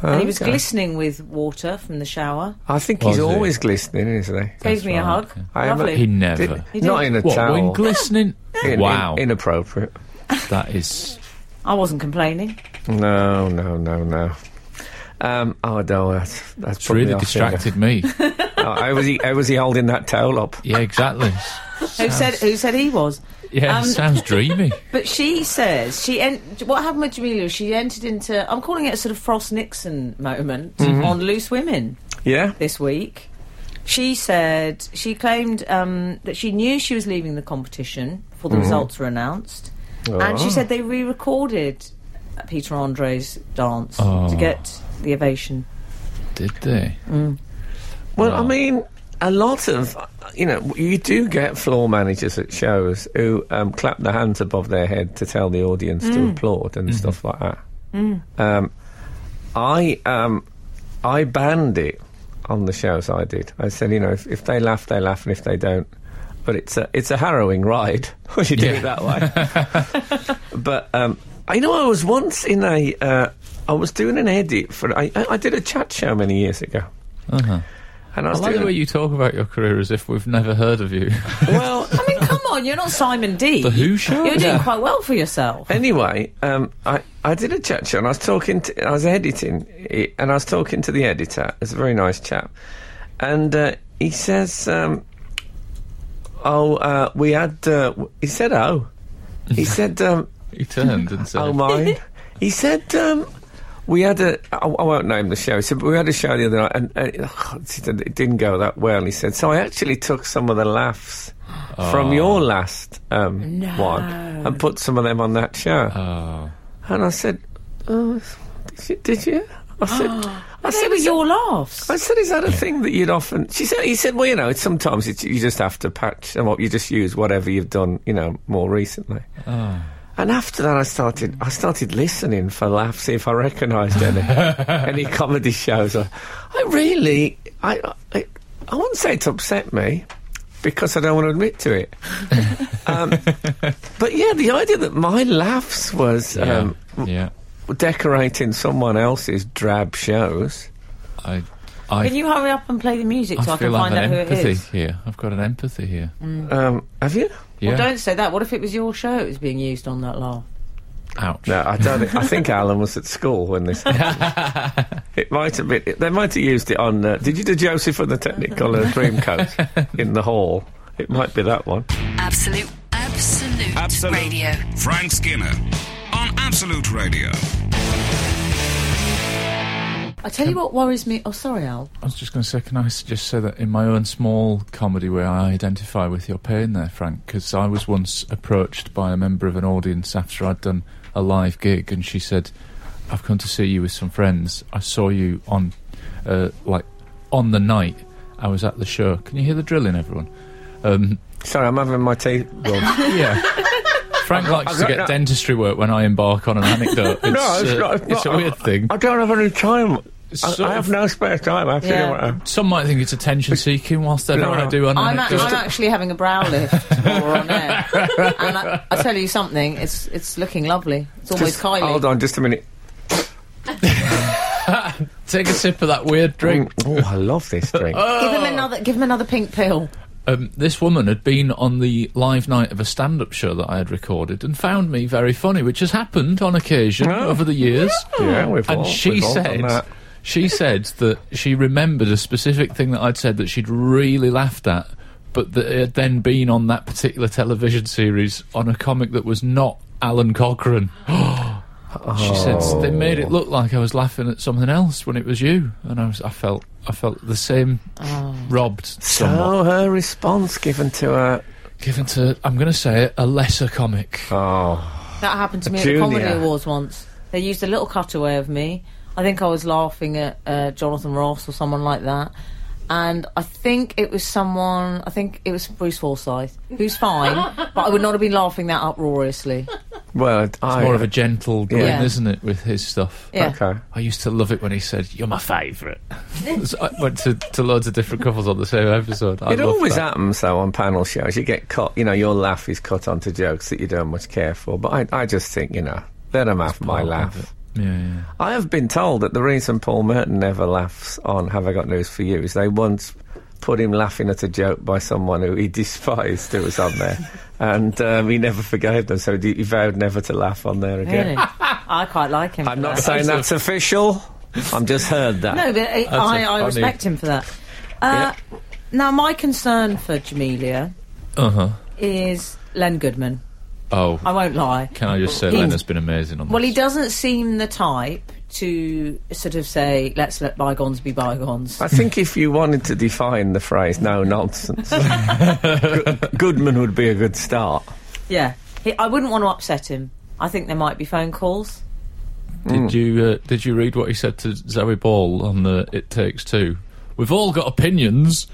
D: and he was
C: Okay.
D: glistening with water from the shower.
C: I think
E: Was
C: he's
E: he?
C: always glistening, isn't he?
D: Gave me a
E: right,
D: hug.
E: yeah.
C: I haven't-
D: Lovely.
E: He never.
C: Did-
D: He
C: not
D: did.
C: in a
E: what,
C: towel.
E: when glistening?
C: In- in-
E: wow.
C: inappropriate.
E: that is.
D: I wasn't complaining.
C: No, no, no, no. Um, oh, no, that's, that's
E: It's
C: put me
E: really
C: off,
E: distracted me.
C: yeah. Oh, how, was he, how was he holding that towel up?
E: Yeah, exactly.
D: Who said? Who said he was?
E: Yeah,
D: Um,
E: sounds dreamy.
D: But she says she en- what happened with Jamelia. She entered into I'm calling it a sort of Frost Nixon moment
E: Mm-hmm.
D: on Loose Women
C: Yeah?
D: this week. She said she claimed um, that she knew she was leaving the competition before
E: Mm-hmm.
D: the results were announced, and she
C: Oh.
D: said they re-recorded Peter Andre's dance
E: Oh.
D: to get the ovation.
E: Did they?
C: Well, I
E: Wow.
C: mean, a lot of you know, you do get floor managers at shows who um, clap their hands above their head to tell the audience to applaud
E: Mm-hmm.
C: and stuff like that. Um, I um, I banned it on the shows I did. I said, you know, if, if they laugh, they laugh, and if they don't. But it's a it's a harrowing ride when you do
E: Yeah.
C: it that way. But um, I know I was once in a. Uh, I was doing an edit for. I, I I did a chat show many years ago.
E: Uh-huh.
C: And I
E: I
C: was
E: like
C: doing,
E: the way you talk about your career as if we've never heard of you.
C: Well,
D: I mean, come on, you're not Simon D.
E: The Who Show?
D: You're doing
E: Yeah.
D: quite well for yourself.
C: anyway, um, I, I did a chat show and I was talking, to, I was editing it and I was talking to the editor. It's a very nice chap. And uh, he says, um, Oh, uh, we had, uh, w- he said, Oh. He said, um,
E: He turned and said,
C: Oh, mine. he said, um, we had a. I, I won't name the show. He said, but we had a show the other night, and, and ugh, he said it didn't go that well. He said, so I actually took some of the laughs from your last um, one and put some of them on that show.
E: Oh.
C: And I said, oh, did you? Did you? I said, I
D: They
C: said,
D: were
C: is that-
D: your laughs.
C: I said, is that a thing that you'd often? She said, he said, well, you know, it's sometimes it's, you just have to patch and what you just use whatever you've done, you know, more recently. And after that, I started, I started listening for laughs, see if I recognised any any comedy shows. I, I really, I, I, I wouldn't say it upset me because I don't want to admit to it. um, but yeah, the idea that my laughs was
E: Yeah.
C: um,
E: yeah.
C: decorating someone else's drab shows.
E: I, I,
D: Can you hurry up and play the music so I,
E: I
D: can
E: feel I've
D: find out
E: an
D: who it
E: empathy
D: is?
E: here. I've got an empathy here.
C: Um, have you?
E: Yeah.
D: Well, don't say that. What if it was your show it was being used on that laugh?
E: Ouch.
C: No, I don't. think, I think Alan was at school when this. happened. it might have been. They might have used it on. Uh, did you do Joseph and the Technicolor Dreamcoat in the hall? It might be that one.
A: Absolute, absolute,
F: Absolute.
A: radio.
F: Frank Skinner on Absolute Radio.
D: I tell you what worries me. Oh, sorry, Al.
E: I was just going to say, can I s- just say that in my own small comedy where I identify with your pain there, Frank, because I was once approached by a member of an audience after I'd done a live gig, and she said, "I've come to see you with some friends. I saw you on, uh, like, on the night I was at the show. Can you hear the drilling, everyone? Um,
C: Sorry, I'm having my teeth. rubbed.
E: yeah." Frank likes to
C: got-
E: get
C: no.
E: dentistry work when I embark on an anecdote. It's,
C: no, it's
E: uh,
C: not. It's,
E: it's
C: not-
E: a weird thing.
C: I don't have any time. I,
E: Sort
C: I have
E: of-
C: no spare time. I have to do
D: Yeah.
C: what I-
E: Some might think it's attention seeking, whilst I know what I do on
D: I'm, act-
E: anecdote.
D: I'm actually having a brow lift tomorrow on air. And I, I tell you something, it's it's looking lovely. It's almost
C: Just-
D: Kylie.
C: Hold on, just a minute.
E: Take a sip of that weird drink. Oh,
C: Oh, I love this drink.
D: Give him another. Give him another pink pill.
C: Mm.
E: Um, this woman had been on the live night of a stand up show that I had recorded and found me very funny, which has happened on occasion
C: Oh.
E: over the years.
C: Yeah, we've
E: and
C: all-
E: she
C: we've all done
E: said
C: that.
E: she said that she remembered a specific thing that I'd said that she'd really laughed at, but that it had then been on that particular television series on a comic that was not Alan Cochrane. She said they made it look like I was laughing at something else when it was you, and I was I felt I felt the same robbed somewhat.
C: so her response given to her.
E: Given to, I'm going to say it, a lesser comic.
C: Oh,
D: That happened to me at
C: junior.
D: the Comedy Awards once. They used a little cutaway of me. I think I was laughing at uh, Jonathan Ross or someone like that. And I think it was someone, I think it was Bruce Forsyth, who's fine, but I would not have been laughing that uproariously.
C: well, I, uh,
E: More of a gentle grin,
D: Yeah.
E: isn't it, with his stuff?
D: Yeah.
C: Okay.
E: I used to love it when he said, You're my favourite. So I went to, to loads of different couples on the same episode. I
C: It
E: loved
C: always
E: that.
C: happens though on panel shows. You get cut, you know, your laugh is cut onto jokes that you don't much care for. But I, I just think, you know, let them have my
E: part of
C: laugh.
E: Yeah, yeah.
C: I have been told that the reason Paul Merton never laughs on Have I Got News for You is they once put him laughing at a joke by someone who he despised who was on there. and um, he never forgave them, so he, he vowed never to laugh on there again.
D: Really? I quite like him.
C: I'm
D: for
C: not
D: that.
C: saying that's official. I'm just heard that.
D: No, but I, I,
E: a
D: I
E: funny-
D: respect him for that. Uh, Now, my concern for Jamelia
E: Uh huh.
D: is Len Goodman.
E: Oh,
D: I won't lie.
E: can I just say,
D: He's-
E: Len has been amazing on
D: Well, he
E: this.
D: doesn't seem the type to sort of say, let's let bygones be bygones.
C: I think if you wanted to define the phrase "no nonsense," Go- Goodman would be a good start.
D: Yeah. He, I wouldn't want to upset him. I think there might be phone calls.
E: Did you uh, did you read what he said to Zoe Ball on the It Takes Two? We've all got opinions.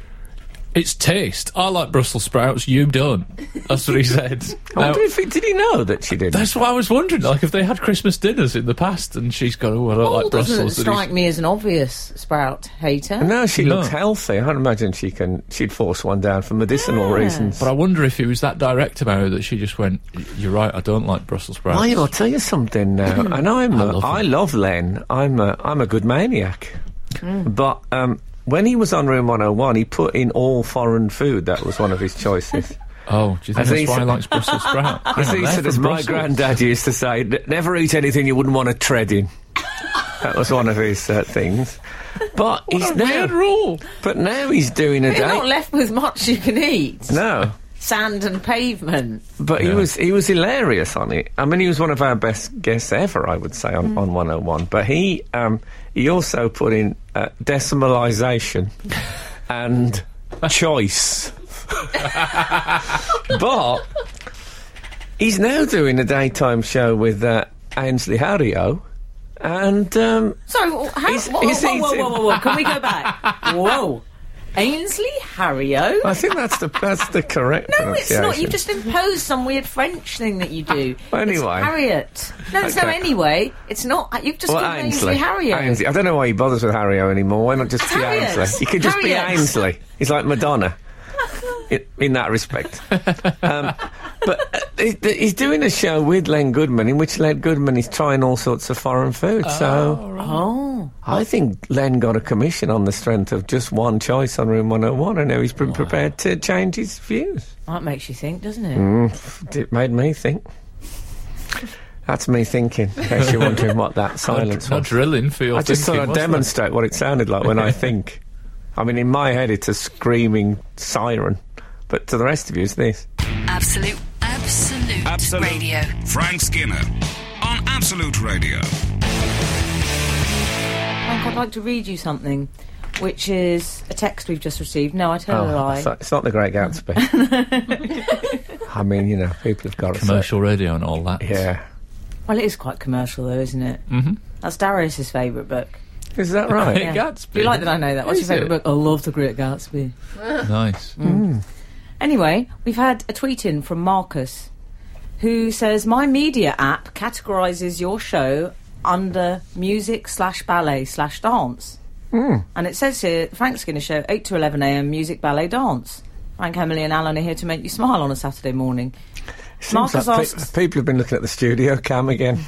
E: It's taste. I like Brussels sprouts. You don't. That's what he said.
C: I
E: Now,
C: wonder if he, did he know that she did?
E: that's what I was wondering. Like if they had Christmas dinners in the past, and she's gone, "Oh, I don't
D: Paul doesn't
E: like Brussels." and he's-
D: strike me as an obvious sprout hater.
C: No, she
E: No.
C: looks healthy. I'd imagine she can. She'd force one down for medicinal reasons.
E: But I wonder if he was that direct about it that she just went, "Y- "You're right. I don't like Brussels sprouts."
C: I, will tell you something now, and I'm. I
E: love
C: love, I love Len. I'm a, I'm a good maniac,
E: Mm.
C: but um, when he was on Room 101, he put in all foreign food. That was one of his choices.
E: Oh, do you
C: I
E: think
C: think
E: that's why he
C: so.
E: likes Brussels sprouts? Hang
C: As
E: on,
C: he
E: Oh, they're
C: said, as
E: from
C: my
E: Brussels.
C: granddad used to say, "N- never eat anything you wouldn't want to tread in. that was one of his uh, things. But he's
E: Weird
C: now,
E: rule.
C: but now he's doing a
D: You're not
C: date.
D: left with much you can eat.
C: No,
D: Sand and pavement.
C: but he
E: Yeah.
C: was he was hilarious on it. I mean, he was one of our best guests ever, I would say,
D: Mm.
C: on, on 101. But he um, he also put in uh, decimalisation and choice. but he's now doing a daytime show with uh, Ainsley Harrio. And um,
D: So, how,
C: He's-
D: whoa,
C: he's
D: whoa, whoa, whoa,
C: eating.
D: whoa, whoa, whoa, can we go back? whoa. Ainsley Harrio?
C: I think that's the that's the correct
D: No, it's
C: pronunciation.
D: not. You've just imposed some weird French thing that you do. It's
C: Anyway.
D: Harriet. No, it's no
C: Okay.
D: anyway. It's not. You've just
C: well,
D: called
C: Ainsley.
D: Ainsley Harriet.
C: Ainsley. I don't know why he bothers with Harrio anymore. Why not just be
D: Harriet.
C: Ainsley? He could just be
D: Harriet.
C: Ainsley. He's like Madonna. In, in that respect, um, but uh, he, he's doing a show with Len Goodman in which Len Goodman is trying all sorts of foreign food. so
D: Oh.
C: I think Len got a commission on the strength of just one choice on Room 101, and now he's been prepared to change his views. Mm.
D: That makes you think, doesn't it?
C: It made me think. That's me thinking. In case you're wondering what that silence
E: Not
C: was.
E: drilling for your
C: I just
E: thinking,
C: thought I'd
E: was there?
C: demonstrate what it sounded like when I think. I mean, in my head, it's a screaming siren, but to the rest of you, it's this.
A: Absolute, absolute,
F: Absolute.
A: radio.
F: Frank Skinner on Absolute Radio.
D: Frank, I'd like to read you something, which is a text we've just received. No, I tell a lie.
C: Oh, it's, not- it's not the Great Gatsby. I mean, you know, people have got to say-
E: Commercial radio and all that.
C: Yeah,
D: Well, it is quite commercial, though, isn't it? Mm-hmm. That's Darius's favourite book.
C: is that right?
E: Yeah. Gatsby.
D: You like that I know that. What's
E: Is
D: your favourite
E: it?
D: book? I love The Great Gatsby.
E: Nice.
D: Mm. Anyway, we've had a tweet in from Marcus who says, My media app categorises your show under music slash ballet slash dance.
C: Hmm.
D: And it says here, Frank Skinner Show, 8 to 11 a.m. music ballet dance. Frank, Emily, and Alan are here to make you smile on a Saturday morning.
C: Seems
D: Marcus
C: like pe-
D: asks-
C: people have been looking at the studio cam again.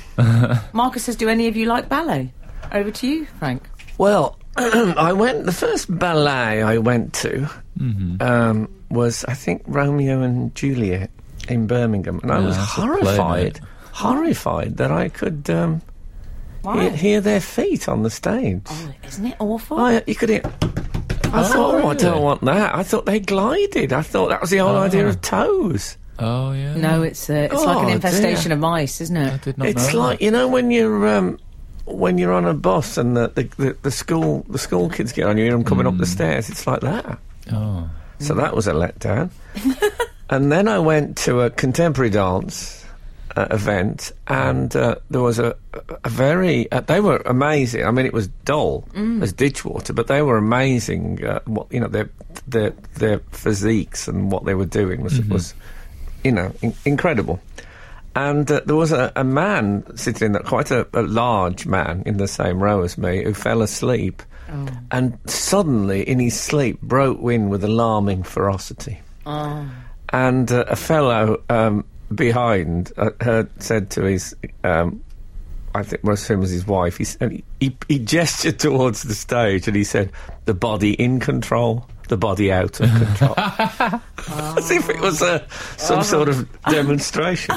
D: Marcus says, Do any of you like ballet? Over to you, Frank.
C: Well, I went. The first ballet I went to
E: Mm-hmm.
C: um, was, I think, Romeo and Juliet in Birmingham, and I
E: Yeah,
C: was
E: that's a play, isn't
C: horrified,
E: it?
C: horrified that I could um,
D: Why?
C: hear, hear their feet on the stage.
D: Oh, isn't it awful?
C: I, you could hear. I thought, oh, I
E: really?
C: don't want that. I thought they glided. I thought that was the whole idea of toes.
E: Oh, yeah.
D: no, it's, uh, it's like
C: Oh,
D: an infestation
C: dear.
D: of mice, isn't
E: I
D: it?
E: did not know.
C: It's
E: that.
C: like you know when you're um, when you're on a bus and the, the, the, the school the school kids get on you, you hear them coming up the stairs. It's like that.
E: Oh.
C: So that was a letdown. and then I went to a contemporary dance uh, event, and uh, there was a, a very. Uh, they were amazing. I mean, it was dull as Ditchwater, but they were amazing. Uh, what you know, their their their physiques and what they were doing was was you know in- incredible. And uh, there was a, a man sitting in that, quite a, a large man in the same row as me, who fell asleep and suddenly in his sleep broke wind with alarming ferocity. And uh, a fellow um, behind uh, heard, said to his, um, I think, well, assume it was his wife, he, s- and he- he, he gestured towards the stage and he said, The body in control. The body out of control, as if it was a, some sort of demonstration.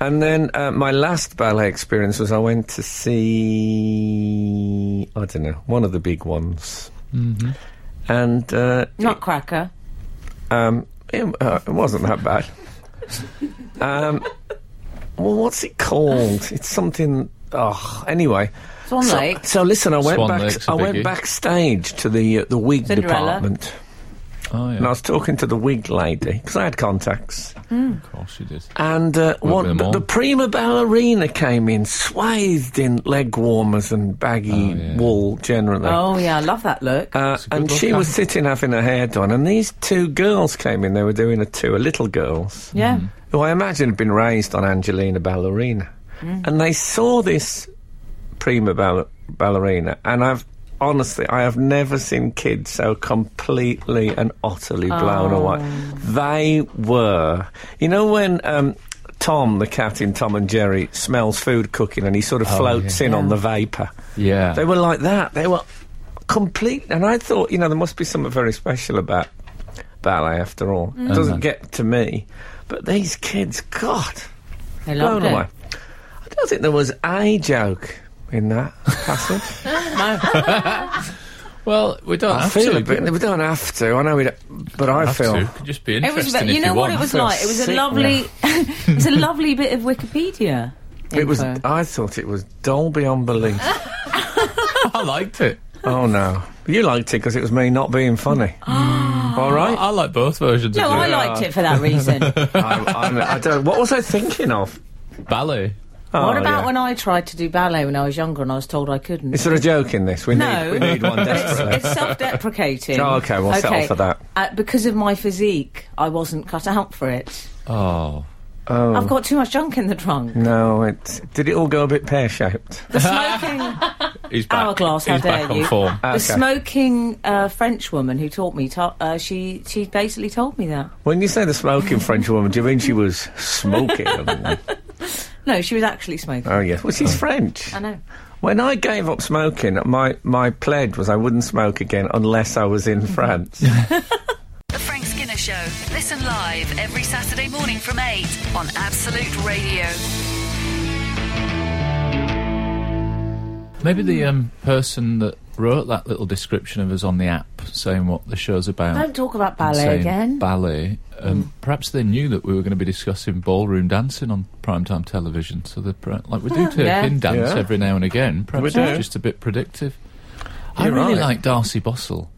C: And then uh, my last ballet experience was I went to see I don't know one of the big ones, mm-hmm. and uh,
D: Nutcracker.
C: um, it, uh, it wasn't that bad. um, well, what's it called? It's something. Oh, anyway.
D: Swan
C: so,
D: Lake.
C: so listen, I went
E: Swan
C: back.
E: Lake's a
C: I went
E: biggie.
C: backstage to the uh, the wig
D: Cinderella.
C: department,
E: Oh, yeah.
C: and I was talking to the wig lady because I had contacts.
E: Of course you did.
C: And uh,
E: Work
C: one,
E: with
C: the,
E: them
C: the
E: all.
C: prima ballerina came in, swathed in leg warmers and baggy
E: Oh, yeah.
C: wool generally.
D: Oh, yeah, I love that look.
C: Uh,
E: a good
C: and
E: look,
C: she was
E: huh?
C: sitting having her hair done, and these two girls came in. They were doing a tour, little girls,
D: yeah.
C: who I imagine had been raised on Angelina Ballerina. And they saw this prima ball- ballerina, and I've honestly, I have never seen kids so completely and utterly blown away. They were, you know, when. Um, Tom, the cat in Tom and Jerry, smells food cooking and he sort of floats in on the vapour.
E: Yeah.
C: They were like that. They were complete. And I thought, you know, there must be something very special about ballet after all. It
D: Mm. Mm-hmm.
C: doesn't get to me. But these kids, God,
D: They
C: blown
D: loved it.
C: away. I don't think there was a joke in that passage.
E: Well, we don't
C: I
E: have
C: feel
E: to.
C: a bit. We don't have to. I know we don't. But I
E: have to.
C: feel.
E: It could just be
D: It was,
E: interesting
D: ve- you
E: if
D: know
E: you
D: what
E: want.
D: it was
C: I feel
D: like. It was a
C: sick
D: lovely, it was a lovely bit of Wikipedia.
C: It was.
D: info.
C: I thought it was dull beyond belief.
E: I liked it.
C: oh no, you liked it because it was me not being funny. all right.
E: I like both versions
D: No,
E: of
D: I
E: it.
D: liked it for that reason. what
C: I'm, I'm, I don't. What was I thinking of?
E: Ballet.
C: Oh,
D: about
C: yeah.
D: when I tried to do ballet when I was younger and I was told I couldn't?
C: Is there a joke in this? We
D: No.
C: need. We need one
D: it's,
C: desperately.
D: it's self-deprecating.
C: Oh, okay, we'll settle for that.
D: Uh, because of my physique, I wasn't cut out for it.
E: Oh.
D: I've got too much junk in the trunk.
C: No, it did it all go a bit pear shaped.
D: The smoking,
E: He's back.
D: Hourglass, how
E: He's
D: dare
E: back on
D: you.
E: form.
D: the smoking uh, French woman who taught me, to- uh, she she basically told me that.
C: When you say the smoking French woman, do you mean she was smoking?
D: No, she was actually smoking.
C: oh yes, well she's French.
D: I know.
C: When I gave up smoking, my my pledge was I wouldn't smoke again unless I was in France.
A: The Frank Skinner Show. Listen live every Saturday morning from 8 on Absolute Radio.
E: Maybe the um, person that wrote that little description of us on the app saying what the show's about.
D: Don't talk about
E: and
D: ballet
E: saying
D: again. Mm.
E: Ballet. Um, Perhaps they knew that we were going to be discussing ballroom dancing on primetime television. So they pre- like we do take
D: Oh, Yeah.
E: in dance
C: Yeah.
E: every now and again. Perhaps
C: We do.
E: it's just a bit predictive. I
C: You're
E: really
C: right.
E: like Darcy Bossel.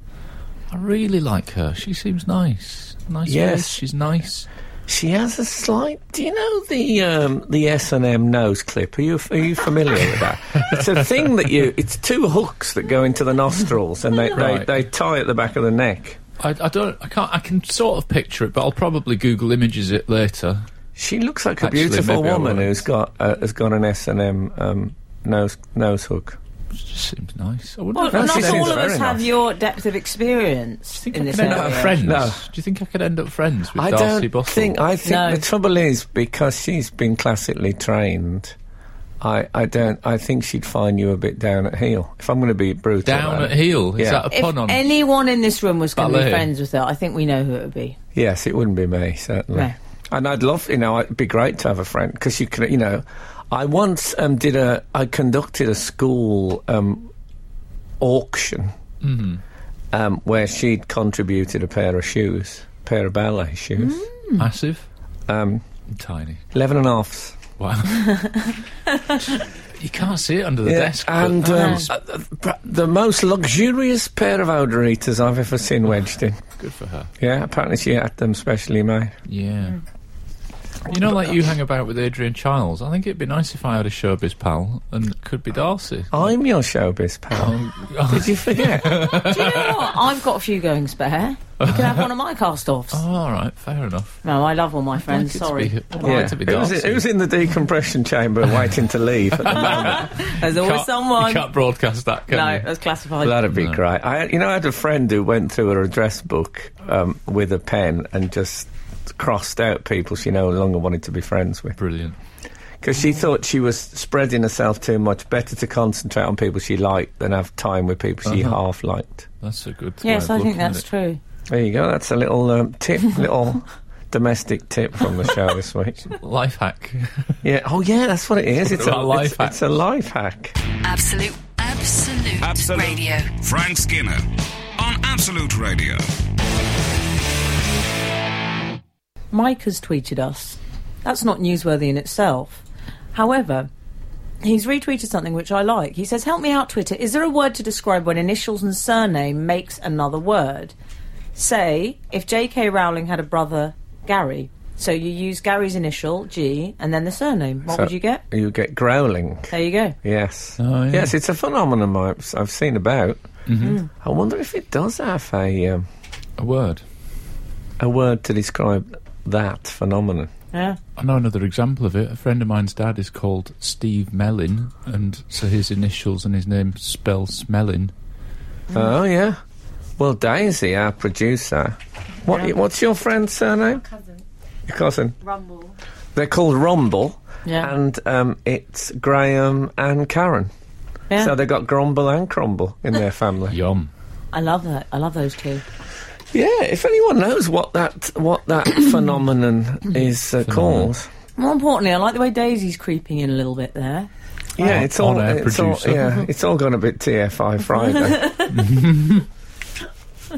E: I really like her. She seems nice. Nice.
C: Yes.
E: face, she's nice.
C: She has a slight. Do you know the um, the S and M nose clip? Are you are you familiar with that? It's a thing that you. It's two hooks that go into the nostrils, and they,
E: Right.
C: they, they tie at the back of the neck.
E: I, I don't. I can't. I can sort of picture it, but I'll probably Google images it later.
C: She looks like a
E: Actually,
C: beautiful
E: maybe I
C: woman
E: won't.
C: who's got uh, has got an S and M um, nose nose hook.
E: It just seems nice. I wouldn't
D: Well,
E: have
C: That's
D: not
C: just
D: all of
C: very
D: us have
C: nice.
D: your depth of experience
E: think
D: in
E: I
D: this
E: could end up
D: area.
E: friends.
C: No.
E: Do you think I could end up friends with
C: I
E: Darcy
C: don't
E: Bottle?
C: think. I think
D: No.
C: the trouble is because she's been classically trained. I, I don't. I think she'd find you a bit down at heel. If I'm going to be brutal,
E: Down
C: about
E: at
C: it.
E: heel. Is
C: Yeah.
E: that a
D: If
E: pun on?
D: anyone in this room was going to be
E: Ballet.
D: friends with her, I think we know who it would be.
C: Yes, it wouldn't be me certainly.
D: No.
C: And I'd love, you know, it'd be great to have a friend because you can, you know, I once um, did a, I conducted a school um, auction um, where she'd contributed a pair of shoes, pair of ballet shoes,
E: Massive.
C: um,
E: Tiny.
C: eleven and a halfs.
E: Wow. you can't see it under the
C: Yeah,
E: desk. but-
C: And um,
D: Mhm.
C: uh, uh, pr- the most luxurious pair of odorators I've ever seen wedged in.
E: Good for her.
C: Yeah, apparently she had them specially made.
E: Yeah. You know, like you hang about with Adrian Childs. I think it'd be nice if I had a showbiz pal and it could be Darcy.
C: I'm your showbiz pal.
E: Oh,
C: Did you forget?
D: Do you know what? I've got a few going spare. You can have one of my cast offs.
E: all right, fair enough.
D: No, I love all my
E: Oh. I'd
D: friends.
E: like it to
D: Sorry.
E: be- I'd like
C: yeah.
E: to be
C: It was,
E: Darcy.
C: it was in the decompression chamber waiting to leave. at the moment.
D: There's always
E: Can't- You
D: someone. No,
E: can't broadcast that, can you?
D: that's classified.
C: That'd be
E: No.
C: great. I, you know, I had a friend who went through her address book um, with a pen and just crossed out people she no longer wanted to be friends with.
E: Brilliant.
C: because she thought she was spreading herself too much. Better to concentrate on people she liked than have time with people she
E: Uh-huh.
C: half liked.
E: That's a good.
D: yes,
E: way of
D: I think
E: looking at
D: that's
E: it.
D: true.
C: There you go. That's a little um, tip, little domestic tip from the show this week.
E: Life hack.
C: Yeah. Oh, yeah. That's what it is. It's a
E: About life
C: it's, it's a life hack.
A: Absolute, absolute,
F: Absolute.
A: radio.
F: Frank Skinner on Absolute Radio.
D: Mike has tweeted us. That's not newsworthy in itself. However, he's retweeted something which I like. He says, Help me out, Twitter. Is there a word to describe when initials and surname makes another word? Say, if J.K. Rowling had a brother, Gary. So you use Gary's initial, G, and then the surname. What
C: So
D: would you get?
C: You get growling.
D: There you go.
C: Yes.
E: Oh, yeah.
C: Yes. It's a phenomenon I've, I've seen about.
G: Mm.
C: I wonder if it does have a um,
E: a word.
C: a word to describe that phenomenon.
D: Yeah.
E: I know another example of it. A friend of mine's dad is called Steve Mellin, and so his initials and his name spell Smellin.
G: Mm.
C: Oh yeah. Well, Daisy, our producer. What, What's your friend's surname?
G: cousin,
C: Your cousin.
G: Rumble.
C: They're called Rumble,
D: Yeah.
C: and um, it's Graham and Karen.
D: yeah.
C: So they've got Grumble and Crumble in their family.
E: Yum.
D: I love that. I love those two.
C: yeah. If anyone knows what that what that phenomenon is uh, called,
D: More importantly, I like the way Daisy's creeping in a little bit there.
C: yeah,
E: Our
C: it's all,
E: on-air
C: it's all
E: producer. Mm-hmm.
C: yeah, it's all gone a bit TFI Friday.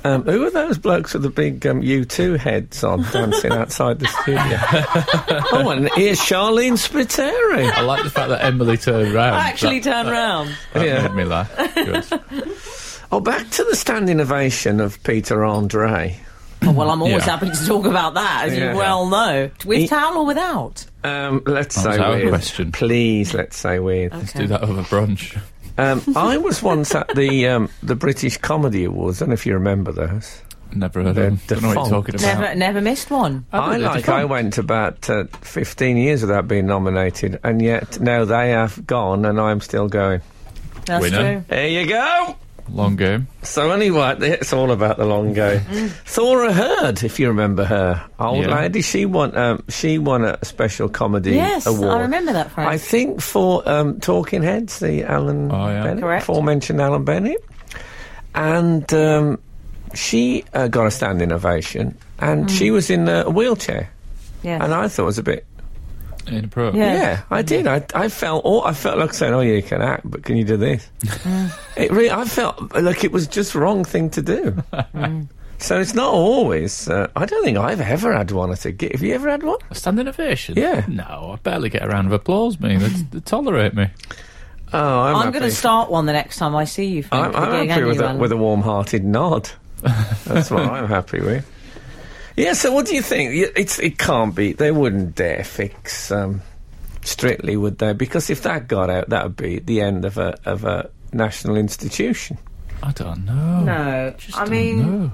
C: Um, who are those blokes with the big um, U2 heads on dancing outside the studio? oh, and here's Charlene Spiteri.
E: I like the fact that Emily turned round.
D: Actually,
E: that,
D: turn
C: uh,
D: round.
E: that
C: Yeah.
E: made me laugh. Good.
C: Oh, back to the standing ovation of Peter Andre.
D: Oh, well, I'm always
E: Yeah.
D: happy to talk about that, as
C: Yeah.
D: you well know. With
C: He-
D: towel or without?
C: Um, let's
E: That was
C: say
E: our
C: weird.
E: question.
C: Please, let's say weird.
E: Let's do that over brunch.
C: Um, I was once at the um, the British Comedy Awards. I don't know if you remember those.
E: Never heard
C: They're
E: of them. Don't know what you're
C: defunct.
E: talking about.
D: Never, never missed one.
C: I,
E: they're
C: like. I
E: defunct.
C: went about uh, fifteen years without being nominated, and yet now they have gone, and I'm still going.
D: That's
E: Winner.
D: true.
C: There you go.
E: Long game.
C: So anyway, it's all about the long game.
D: Mm.
C: Thora Heard, if you remember her, old
E: Yeah.
C: lady, she won. Um, she won a special comedy
D: Yes, I
C: award.
D: remember that, Frank.
C: I think for um, Talking Heads, the Alan
E: Oh, yeah.
C: Bennett,
D: Correct.
C: aforementioned Alan Bennett, and um, she uh, got a standing ovation, and she was in a wheelchair,
D: Mm. Yes.
C: and I thought it was a bit
E: in a pro.
D: Yeah.
C: Yeah, I did. I, I felt all, I felt like saying, "Oh, you can act, but can you do this?" it really, I felt like it was just the wrong thing to do. so it's not always. Uh, I don't think I've ever had one at a gig. Have you ever had one?
E: A standing ovation?
C: Yeah.
E: No, I barely get a round of applause, me. They, they tolerate me.
C: Oh, I'm,
D: I'm going to
C: happy.
D: start one the next time I see you. Frank,
C: I'm,
D: for
C: I'm
D: doing
C: happy with a,
D: anyone.
C: with a warm-hearted nod. That's what I'm happy with. Yeah. So, what do you think? Y- It's it can't be. They wouldn't dare fix um, strictly, would they? Because if that got out, that would be the end of a of a national institution.
E: I don't know.
D: No,
E: Just
D: I
E: don't
D: mean,
E: know.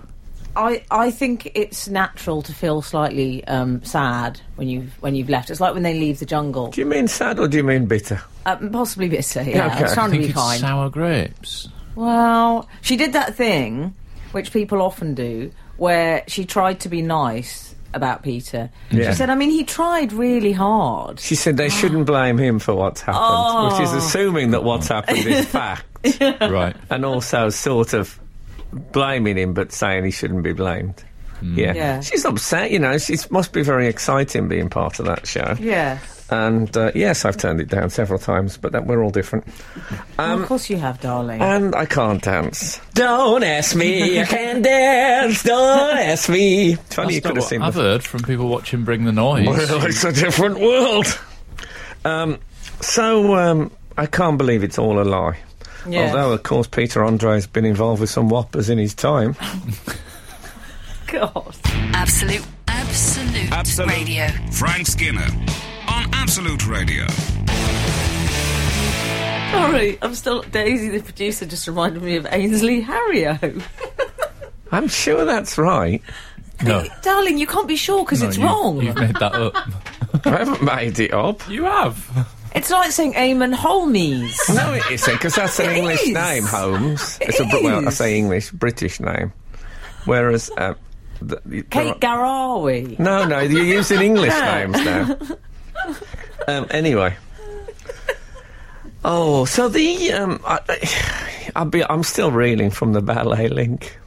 D: I I think it's natural to feel slightly um, sad when you when you've left. It's like when they leave the jungle,
C: Do you mean sad or do you mean bitter?
D: uh, possibly bitter. Yeah,
C: okay.
D: it's trying
E: I
D: to
E: think
D: be
E: it's
D: kind.
E: sour grapes.
D: Well, she did that thing, which people often do, where she tried to be nice about Peter.
C: Yeah.
D: She said, I mean, he tried really hard.
C: She said they shouldn't blame him for what's happened, which is
D: Oh.
C: assuming that what's happened is fact,
E: right.
C: and also sort of blaming him but saying he shouldn't be blamed.
E: Hmm.
C: Yeah.
D: Yeah.
C: she's upset. You know, she must be very exciting being part of that show.
D: Yes.
C: And uh, yes, I've turned it down several times, but that, we're all different.
D: Oh, of course you have, darling.
C: And I can't dance. Don't ask me, I can't dance. Don't ask me. It's funny you
E: That's
C: could
E: not
C: have
E: what
C: seen
E: I've
C: the
E: heard from people watching Bring the Noise.
C: Well, it's a different world. Um, so um, I can't believe it's all a lie.
D: Yes.
C: Although, of course, Peter Andre has been involved with some whoppers in his time.
D: God.
A: Absolute, absolute,
F: Absolute.
A: radio.
F: Frank Skinner on Absolute Radio.
D: Sorry, I'm still. Daisy, the producer, just reminded me of Ainsley Harrio.
C: I'm sure that's right.
E: No.
D: darling, you can't be sure because
E: No,
D: it's
E: you-
D: wrong.
E: You've made that up.
C: I haven't made it up.
E: you have.
D: It's like saying Eamon Holmes.
C: No, it isn't, because that's an
D: It
C: English
D: is.
C: name, Holmes.
D: It
C: it's a Br- well, I
D: is.
C: say English, British name. Whereas. Uh, th- th-
D: Kate Garawi.
C: No, no, you're using English names now. Um, anyway. Oh, so the um, I, I'll be, I'm still reeling from the ballet link.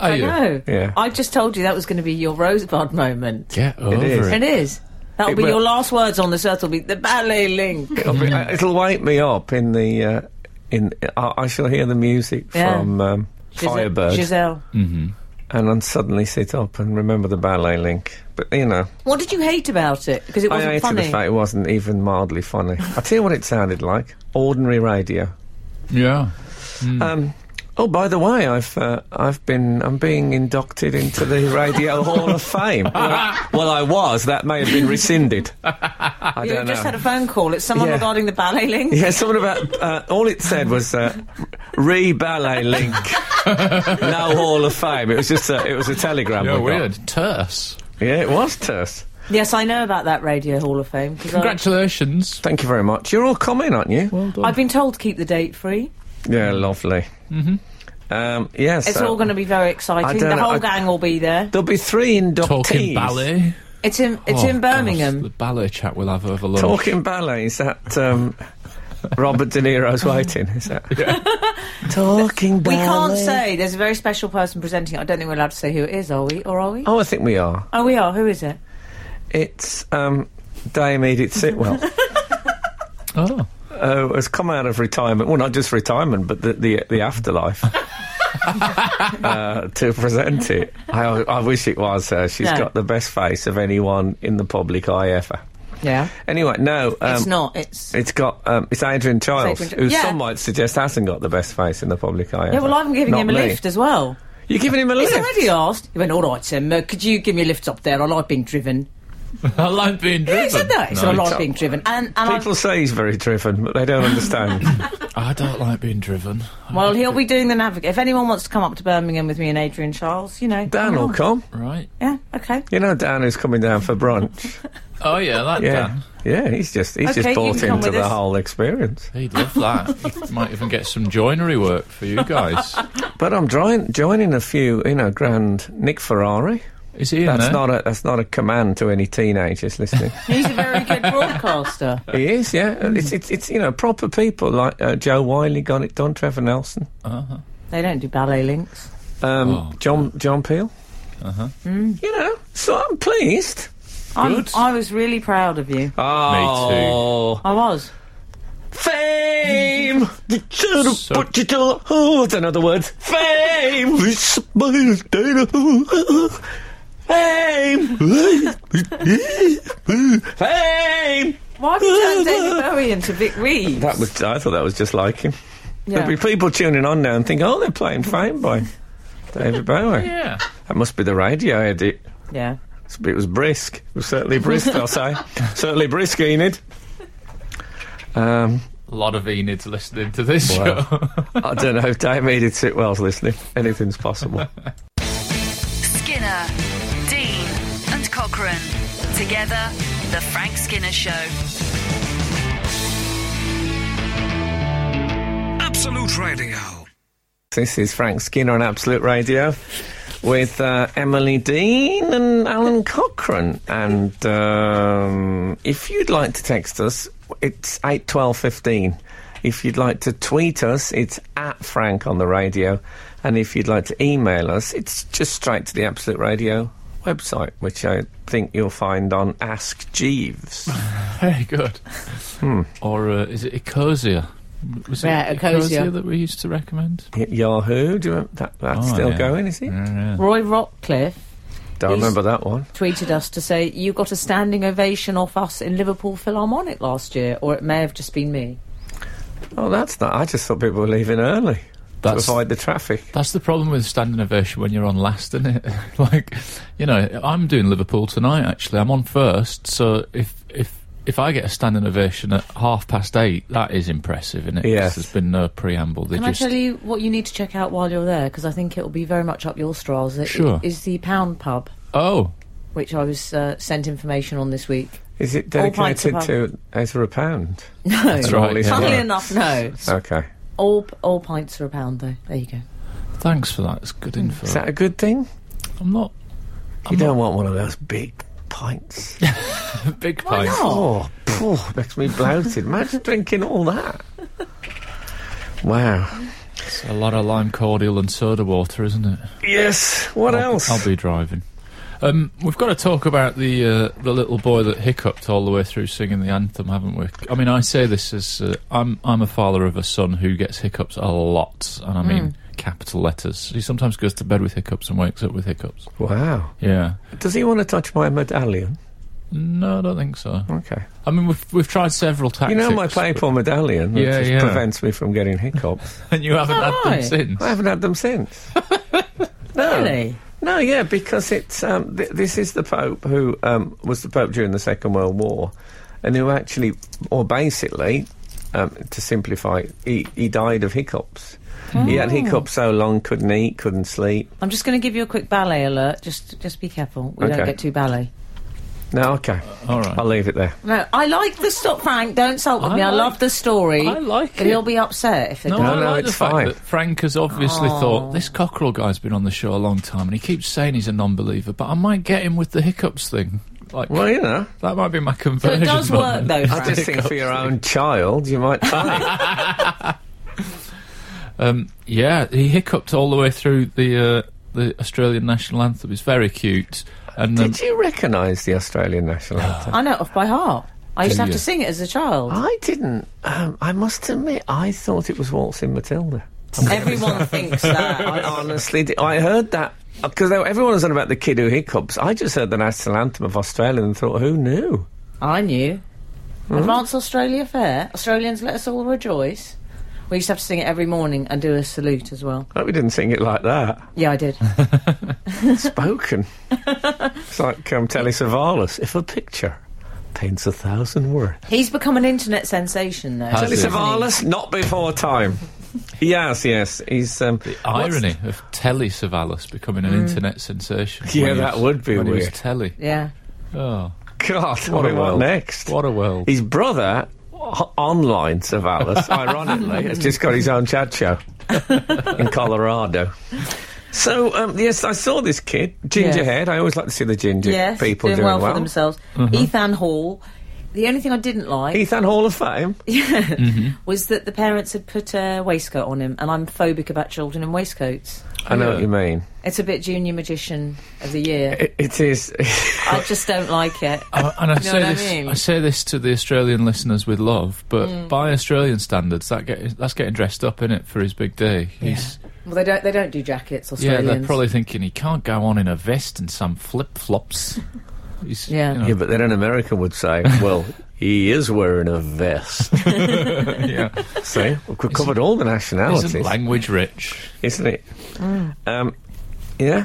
E: Are
D: I
E: you?
D: know.
C: Yeah.
D: I just told you that was going to be your Rosebud moment.
E: Get over
C: is.
D: It
E: it.
D: is. That'll
C: It
D: be
C: will.
D: your last words on this earth. Will be the ballet link.
C: It'll, be,
D: Mm.
C: uh, it'll wake me up in the uh, in. I, I shall hear the music
D: Yeah.
C: from um,
D: Giselle-
C: Firebird, Mm.
D: Giselle.
C: and then suddenly sit up and remember the ballet link. But you know,
D: What did you hate about it? Because it
C: I
D: wasn't
C: hated
D: funny.
C: the fact it wasn't even mildly funny. I tell you what, it sounded like ordinary radio.
E: Yeah.
C: Um, oh, by the way, I've uh, I've been I'm being inducted into the Radio Hall of Fame. Well, well, I was. That may have been rescinded. I
D: you
C: don't know.
D: just had a phone call. It's someone
C: Yeah.
D: regarding the ballet link.
C: yeah, something about uh, all it said was uh, re ballet link. no Hall of Fame. It was just a, it was a telegram.
E: Yeah,
C: we got.
E: weird. Terse.
C: Yeah, it was terse.
D: Yes, I know about that Radio Hall of Fame. 'cause I-
E: Congratulations.
C: Thank you very much. You're all coming, aren't you?
E: Well done.
D: I've been told to keep the date free.
C: yeah, lovely. Mm-hmm. Um, yes,
D: It's all going to be very
C: I
D: exciting.
C: don't
D: The
C: know,
D: whole
C: I-
D: gang will be there.
C: There'll be three inductees.
E: Talking ballet.
D: It's in it's
E: Oh,
D: in
E: gosh,
D: Birmingham.
E: the ballet chat we'll have over lunch.
C: Talking ballet, is that um, Robert De Niro's waiting? Is that? Talking
D: we
C: ballet.
D: can't say. There's a very special person presenting. it. I don't think we're allowed to say who it is, are we? Or are we?
C: Oh, I think we are.
D: Oh, we are. Who is it?
C: It's um, Dame Edith Sitwell,
E: Oh.
C: uh, has come out of retirement. Well, not just retirement, but the the, the afterlife. uh, to present it, I, I wish it was her. She's
D: No.
C: got the best face of anyone in the public eye ever.
D: Yeah.
C: Anyway, no, um,
D: it's not. It's
C: It's got um, it's Adrian Childs,
D: Adrian Ch-
C: who
D: Yeah.
C: some might suggest hasn't got the best face in the public eye.
D: yeah.
C: ever.
D: Well, I'm giving
C: Not
D: him a
C: me.
D: lift as well.
C: You're giving him a
D: He's
C: lift.
D: already asked. He went, all right, Sam, uh, could you give me a lift up there? I like being driven.
E: I like being driven.
D: He said that. He said, I
E: No,
D: like being driven. And, and I-
C: People say he's very driven, but they don't understand.
E: I don't like being driven.
D: well, he'll be doing the navigate. If anyone wants to come up to Birmingham with me and Adrian Charles, you know.
C: Dan
D: come
C: will
D: on.
C: come.
E: Right.
D: Yeah, okay.
C: You know, Dan is coming down for brunch.
E: Oh, yeah, that
C: Yeah,
E: Dan.
C: yeah. He's just he's
D: Okay,
C: just
D: you
C: bought
D: can come
C: into
D: with
C: the
D: us.
C: whole experience.
E: He'd love that. He might even get some joinery work for you guys.
C: But I'm join, joining a few, you know, grand Nick Ferrari.
E: Is he in
C: That's
E: there?
C: not a that's not a command to any teenagers listening.
D: He's a very good broadcaster.
C: he is, yeah. It's, it's it's you know proper people like uh, Joe Wiley got it done, Trevor Nelson,
D: They don't do ballet links.
C: um,
E: Oh,
D: Uh-huh.
C: John John Peel. Uh huh. You know, so I'm pleased.
D: I'm,
E: Good.
D: I was really proud of you.
C: Oh,
D: I was.
C: fame!
E: So-
C: Oh, that's another word. Fame! It's my data. Fame! Fame!
D: Why have you turned David Bowie into Vic Reeves?
C: That was. I thought that was just like him.
D: Yeah.
C: There'll be people tuning on now and think, "Oh, they're playing Fame by David Bowie."
E: Yeah.
C: That must be the radio edit.
D: yeah.
C: It was brisk. It was certainly brisk. I'll say. certainly brisk, Enid. Um,
E: A lot of Enids listening to this
C: Wow.
E: show.
C: I don't know if Dame Edith Sitwell's listening. Anything's possible.
A: Skinner, Dean, and Cochrane. Together, The Frank Skinner Show.
F: Absolute Radio.
C: This is Frank Skinner on Absolute Radio with uh, Emily Dean and Alan Cochrane. And um, if you'd like to text us, it's eight twelve fifteen. If you'd like to tweet us, it's at Frank on the radio. And if you'd like to email us, it's just straight to the Absolute Radio website, which I think you'll find on Ask Jeeves.
E: Very good.
C: Hmm.
E: Or uh, is it Ecosia? Was
D: Yeah,
E: it
D: Ecosia.
E: that we used to recommend?
C: Yahoo, do you remember that, that's
E: Oh,
C: still
E: yeah.
C: going, is it?
E: Yeah, yeah.
D: Roy Rockcliffe
C: Don't
D: He's-
C: remember that one.
D: tweeted us to say, You got a standing ovation off us in Liverpool Philharmonic last year, or it may have just been me.
C: Oh, that's not. I just thought people were leaving early
E: That's-
C: to avoid the traffic.
E: That's the problem with standing ovation when you're on last, isn't it? like, you know, I'm doing Liverpool tonight. Actually, I'm on first. So if if if I get a standing ovation at half past eight, that is impressive, isn't it? 'Cause
C: Yes.
E: There's been no preamble. They
D: Can
E: just
D: I tell you what you need to check out while you're there? Because I think it will be very much up your straws. It-
E: Sure.
D: It is the Pound Pub,
E: oh,
D: which I was uh, sent information on this week.
C: Is it
D: All pints
C: dedicated
D: of
C: to Ezra Pound?
D: No.
E: That's right,
C: All his
E: yeah.
D: Funnily
C: work?
D: enough, no.
C: Okay.
D: All, all pints are a pound, though. There you go.
E: thanks for that. It's
D: Hmm.
E: good info.
C: Is that a good thing?
E: I'm not
C: you don't want one of those big pints.
E: a big pint.
C: oh, phew, makes me bloated. Imagine drinking all that. Wow.
E: It's a lot of lime cordial and soda water, isn't it?
C: Yes. What
E: I'll,
C: else?
E: I'll be driving. Um, we've got to talk about the uh, the little boy that hiccuped all the way through singing the anthem, haven't we? I mean, I say this as uh, I'm I'm a father of a son who gets hiccups a lot, and I mean capital letters. He sometimes goes to bed with hiccups and wakes up with hiccups.
C: Wow.
E: Yeah,
C: Does he want to touch my medallion?
E: no, I don't think so.
C: Okay.
E: I mean, we've we've tried several
C: You
E: tactics.
C: know my paper medallion that
E: Yeah,
C: just
E: yeah.
C: prevents me from getting hiccups.
E: and you haven't had them
D: Right.
E: since.
C: I haven't had them since. no.
D: Really?
C: No, yeah, because it's um, th- this is the Pope who um, was the Pope during the Second World War, and who actually, or basically, um, to simplify, he, he died of hiccups. He
E: Oh.
C: had hiccups so long, couldn't eat, couldn't sleep.
D: I'm just going to give you a quick ballet alert. Just, just be careful. We
C: Okay.
D: don't get too ballet.
C: No, okay,
E: All right.
C: I'll leave it there.
D: No, I like the stop, Frank. Don't insult with
E: I
D: me. I
E: like-
D: love the story.
E: I like
D: but
E: it.
D: he'll be upset if it. Oh.
E: No,
D: doesn't.
E: I
C: no,
E: like the
C: it's
E: fact
C: fine.
E: that Frank has obviously thought this cockerel guy's been on the show a long time, and he keeps saying he's a non-believer. But I might get him with the hiccups thing. Like
C: Well, you know,
E: that might be my conversion.
D: it does work
E: moment.
D: though,
C: I
D: Frank.
C: just think for your own child, you might try.
E: Um, yeah, he hiccuped all the way through the uh, the Australian national anthem. It's very cute. And um,
C: Did you recognise the Australian national anthem?
D: I know it off by heart. I used to
E: Can
D: have
E: you?
D: to sing it as a child.
C: I didn't. Um, I must admit, I thought it was Waltzing Matilda.
E: Ah.
D: Everyone thinks that.
C: I honestly did. I heard that because everyone was on about the kid who hiccups. I just heard the national anthem of Australia and thought, who knew?
D: I knew.
E: Hmm?
D: Advance Australia Fair. Australians, let us all rejoice. We used to have to sing it every morning and do a salute as well.
C: Hope we didn't sing it like that.
D: Yeah, I did.
C: Spoken. it's like um, Telly Savalas. If a picture paints a thousand words.
D: He's become an internet sensation though.
E: Has
C: Telly
E: he?
D: hasn't
C: Savalas, not before time. Yes, yes. He's um, what's-
E: irony of Telly Savalas becoming an
D: Hmm.
E: internet sensation.
C: Yeah,
E: when he
C: that
E: was-
C: would be
E: when he was
C: weird.
E: Telly.
D: Yeah.
E: Oh,
C: God,
E: what
C: I
E: a
C: mean, what
E: world!
C: next?
E: What a world!
C: His brother, o- online Savalas, ironically, has just got his own chat show in Colorado. So um, yes, I saw this kid, ginger
D: Yes.
C: head. I always like to see the ginger
D: Yes.
C: people
D: doing,
C: doing
D: well, for themselves.
E: Mm-hmm.
D: Ethan Hall. The only thing I didn't like
C: Ethan Hall of Fame.
D: was that the parents had put a waistcoat on him, and I'm phobic about children in waistcoats.
C: I know what you mean.
D: It's a bit junior magician of the year.
C: It, it is.
D: I just don't like it.
E: Uh, and I
D: know
E: say
D: what I
E: this,
D: mean? Mm.
E: say this to the Australian listeners with love, but by Australian standards, that get, that's getting dressed up in it for his big day. He's,
D: Well, they don't. They don't do jackets.
E: yeah,
D: Australians.
E: they're probably thinking he can't go on in a vest and some flip flops.
D: Yeah.
E: you know,
C: yeah, but then an American would say, well, he is wearing a vest.
E: yeah.
C: See? We've covered all the nationalities.
E: Isn't language rich?
C: isn't it?
D: Mm.
C: Um, yeah.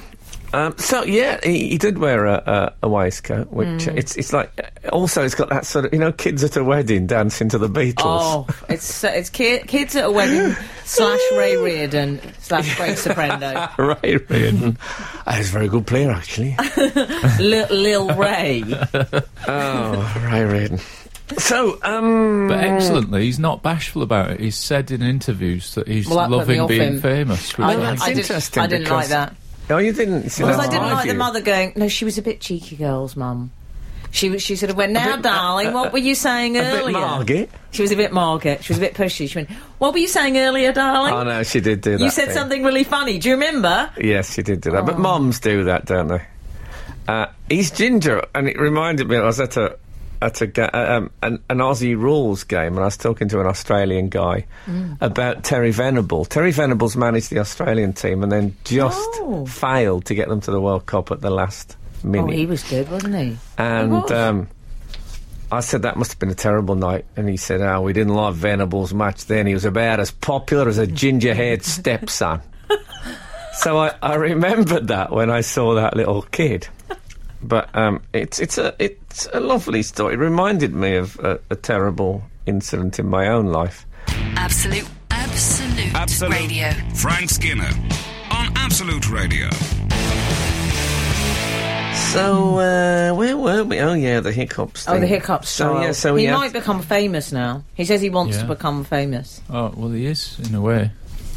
C: Um, so yeah, he, he did wear a, a, a waistcoat, which uh,
D: Mm.
C: it's it's like also it's got that sort of you know kids at a wedding dancing to the Beatles.
D: Oh, it's so- it's ki- kids at a wedding slash Ray Reardon slash Greg Soprendo.
C: Ray Reardon, I was a very good player actually.
D: Lil, Lil Ray.
C: oh, Ray Reardon. So um,
E: But excellently, he's not bashful about it. He's said in interviews that he's
D: Well, that put me
E: loving
D: off
E: being
D: him.
E: famous. which
D: I,
E: I-
C: that's
D: I didn't-
C: interesting
D: I didn't
C: because-
D: like that.
C: no, oh, you didn't. See,
D: Because
C: that's
D: I didn't
C: my
D: like the
C: view.
D: mother going, no, she was a bit cheeky, girls, mum. She was, she sort of went, now, darling, what were you saying
C: uh, A bit
D: earlier?
C: Margit.
D: She was a bit Margaret. She was a bit pushy. She went, what were you saying earlier, darling?
C: Oh no, she did do that.
D: you said
C: thing.
D: something really funny. Do you remember?
C: Yes, she did do that. But
D: Oh.
C: moms do that, don't they? Uh, he's ginger, and it reminded me. I was at a at a ga- uh, um, an, an Aussie rules game, and I was talking to an Australian guy
D: Mm.
C: about Terry Venable. Terry Venables managed the Australian team, and then just
D: Oh.
C: failed to get them to the World Cup at the last minute.
D: Oh, he was good, wasn't he?
C: And
D: was.
C: um, I said, that must have been a terrible night. And he said, oh, we didn't like Venables much then. He was about as popular as a ginger haired stepson. so I, I remembered that when I saw that little kid. But um, it's, it's, a, it's a lovely story. It reminded me of a, a terrible incident in my own life.
A: Absolute, absolute,
F: Absolute.
A: radio.
F: Frank Skinner on Absolute Radio.
C: So uh, where were we? Oh, yeah, the hiccups.
D: Oh,
C: thing.
D: the hiccups.
C: So, yeah,
D: child.
C: so
D: he
C: had-
D: might become famous now. He says he wants
E: Yeah.
D: to become famous.
E: Oh well, he is in a way.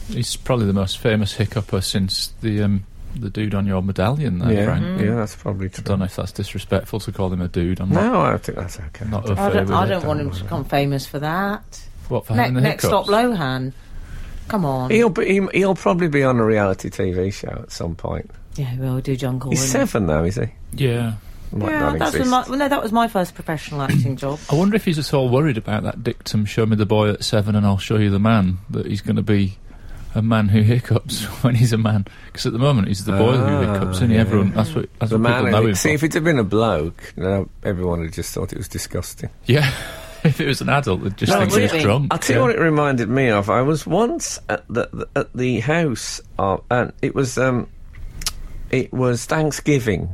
E: He's probably the most famous hiccupper since the um, the dude on your medallion there,
C: yeah,
E: Frank.
D: Mm.
C: yeah, that's probably
E: I
C: true.
E: Mm-hmm. don't know if that's disrespectful to call him a dude. I'm
C: No, I think that's okay.
E: not, not a
D: I
E: favourite.
D: don't, I don't
C: don't
D: want him
C: worry.
D: to become famous for that.
E: What for
D: Ne-
E: having the
D: next stop,
E: hiccups?
D: Lohan. Come on.
C: He'll be, he, he'll probably be on a reality TV show at some point.
D: yeah, well, do John Corwin.
C: He's seven though, is he?
E: Yeah.
C: Might
D: Yeah,
C: not
D: that's when
C: exist.
D: my, well, no, that was my first professional acting job.
E: I wonder if he's at all worried about that dictum, show me the boy at seven and I'll show you the man, that he's going to be a man who hiccups when he's a man. Because at the moment, he's the boy who
C: Ah,
E: hiccups, and
C: yeah.
E: everyone, that's what, that's
C: the
E: what
C: man.
E: people know him
C: who- See,
E: for.
C: if it had been a bloke, no, everyone would have just thought it was disgusting.
E: yeah. if it was an adult, they'd just
D: No,
E: think he's
D: really.
E: drunk.
C: I'll tell you
E: yeah.
C: what it reminded me of. I was once at the, the at the house of, and it was um, it was Thanksgiving,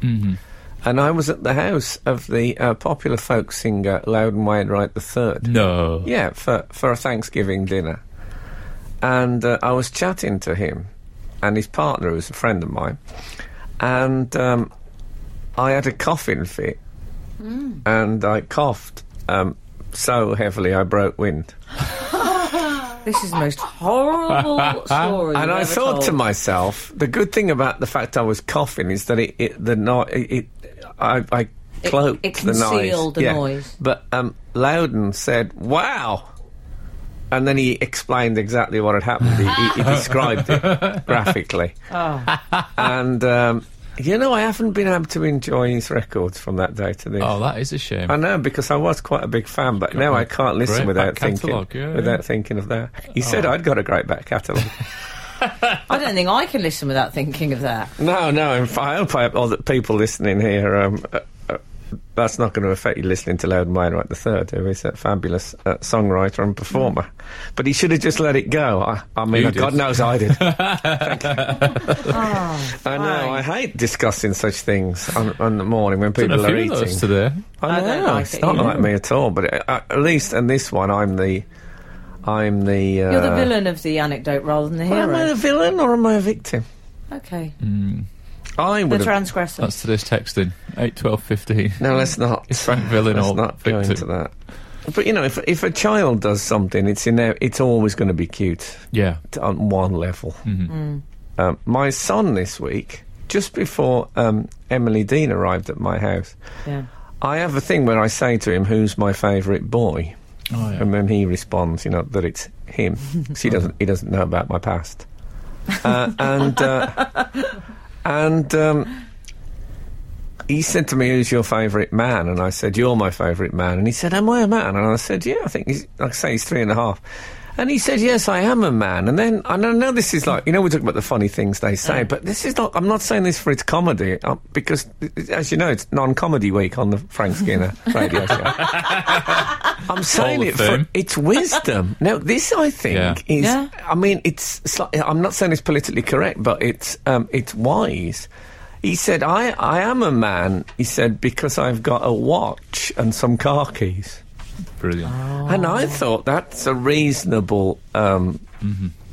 E: Mm-hmm.
C: and I was at the house of the uh, popular folk singer Loudon Wainwright the Third.
E: No.
C: Yeah, for for a Thanksgiving dinner, and uh, I was chatting to him, and his partner who was a friend of mine, and um, I had a coughing fit, and I coughed um, so heavily I broke wind,
D: This is the most horrible story.
C: and
D: you've
C: I
D: ever
C: thought to
D: told.
C: myself, the good thing about the fact I was coughing is that it, it the no- it, it I. I Cloaked
D: it
C: the noise.
D: concealed the
C: Yeah.
D: noise.
C: But um, Loudon said, "Wow." And then he explained exactly what had happened. He, he, he described it graphically.
D: Oh.
C: And, um, you know, I haven't been able to enjoy his records from that day to this.
E: Oh, that is a shame.
C: I know because I was quite a big fan, but now I
E: like
C: can't listen
E: great
C: without
E: back
C: thinking
E: catalogue, yeah, Oh.
C: without
E: yeah.
C: thinking of that. He said I'd got a great back catalogue.
D: I don't think I can listen without thinking of that.
C: no, no, in fact, I hope I, all the people listening here. Um, uh, uh, that's not going to affect you listening to Loudon Wainwright the Third, who is a fabulous uh, songwriter and performer. But he should have just let it go. I, I mean,
E: You
C: uh,
E: did.
C: God knows I did.
D: Oh,
C: I know. I
D: fine.
C: hate discussing such things on, on the morning when
E: Done
C: people
E: a
C: are
E: few of
C: eating.
E: those today.
C: I
D: I
C: know.
D: don't like
C: it's
D: it
C: not
D: either.
C: like me at all. But uh, at least in this one, I'm the, I'm the. Uh,
D: You're the villain of the anecdote rather than the
C: Well, am I
D: hero.
C: the villain or am I a victim?
D: Okay,
C: I
D: the
C: would. have-
D: transgressor.
E: That's today's texting. 8, 12, 15.
C: No, let's not.
E: Is Frank villain
C: let's
E: or
C: not go
E: victim?
C: into that. But you know, if if a child does something, it's in there, it's always going to be cute
E: Yeah.
C: t- on one level.
E: Mm-hmm.
C: Um, my son this week, just before um, Emily Dean arrived at my house,
D: Yeah.
C: I have a thing where I say to him, "Who's my favourite boy?"
E: Oh, yeah.
C: And then he responds, you know, that it's him. 'Cause he doesn't. He doesn't know about my past. Uh, and uh, and um, he said to me, "Who's your favourite man?" And I said, "You're my favourite man." And he said, "Am I a man?" And I said, "Yeah, I think he's like I say he's three and a half." And he said, "Yes, I am a man." And then and I know this is like you know we're talking about the funny things they say, but this is not. I'm not saying this for its comedy uh, because, as you know, it's non-comedy week on the Frank Skinner radio show. I'm saying
E: Hall
C: it
E: of
C: for
E: Fame.
C: it's wisdom. now, this I think
E: Yeah.
C: is.
D: Yeah.
C: I mean, it's. sli- I'm not saying it's politically correct, but it's um, it's wise. He said, "I I am a man." He said because I've got a watch and some car keys,
E: Brilliant.
C: and
D: Oh.
C: I thought that's a reasonable, um,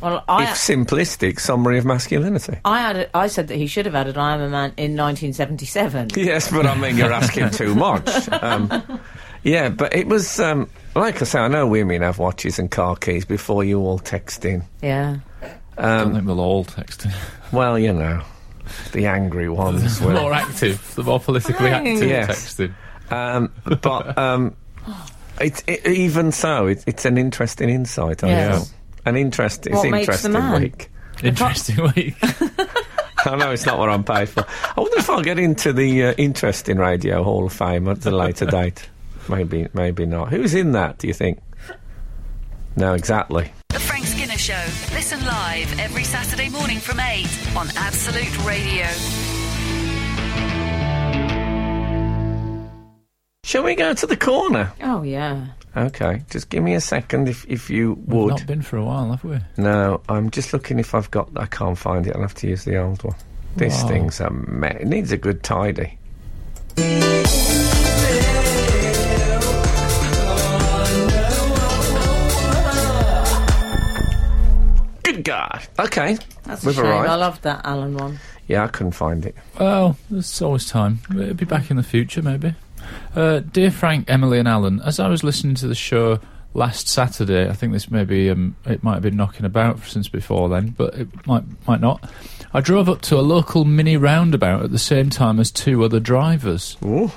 D: Well, I,
C: if simplistic, summary of masculinity.
D: I added, I said that he should have added "I am a man" in 1977.
C: Yes, but I mean, you're asking too much. Um, yeah, but it was um, like I say. I know women have watches and car keys before you all text in.
D: yeah,
E: I don't think we'll all text.
C: Well, you know, the angry ones
E: the more
C: will.
E: active, the more politically active
C: Yes.
E: texting.
C: Um, but um, it, it, even so, it, it's an interesting insight. I
D: Yes.
C: feel. An interest, it's
D: What makes the
C: interesting
D: man?
C: week.
E: Interesting week.
C: I know it's not what I'm paid for. I wonder if I'll get into the uh, interesting radio Hall of Fame at a later date. Maybe, maybe not. Who's in that? Do you think? No, exactly.
A: The Frank Skinner Show. Listen live every Saturday morning from 8 on Absolute Radio.
C: Shall we go to the corner?
D: oh yeah.
C: Okay, just give me a second if if you would.
E: Not been for a while, have we?
C: No, I'm just looking if I've got. I can't find it. I'll have to use the old one. This
D: Oh.
E: Wow.
C: thing's a mess. It needs a good tidy. Good God. Okay.
D: That's
C: We've
D: a shame.
C: arrived.
D: I loved that Alan one.
C: Yeah, I couldn't find it.
E: Well, there's always time. It'll be back in the future, maybe. Uh, dear Frank, Emily, and Alan, as I was listening to the show last Saturday, I think this may be um, it might have been knocking about since before then, but it might might not. I drove up to a local mini roundabout at the same time as two other drivers.
C: Ooh.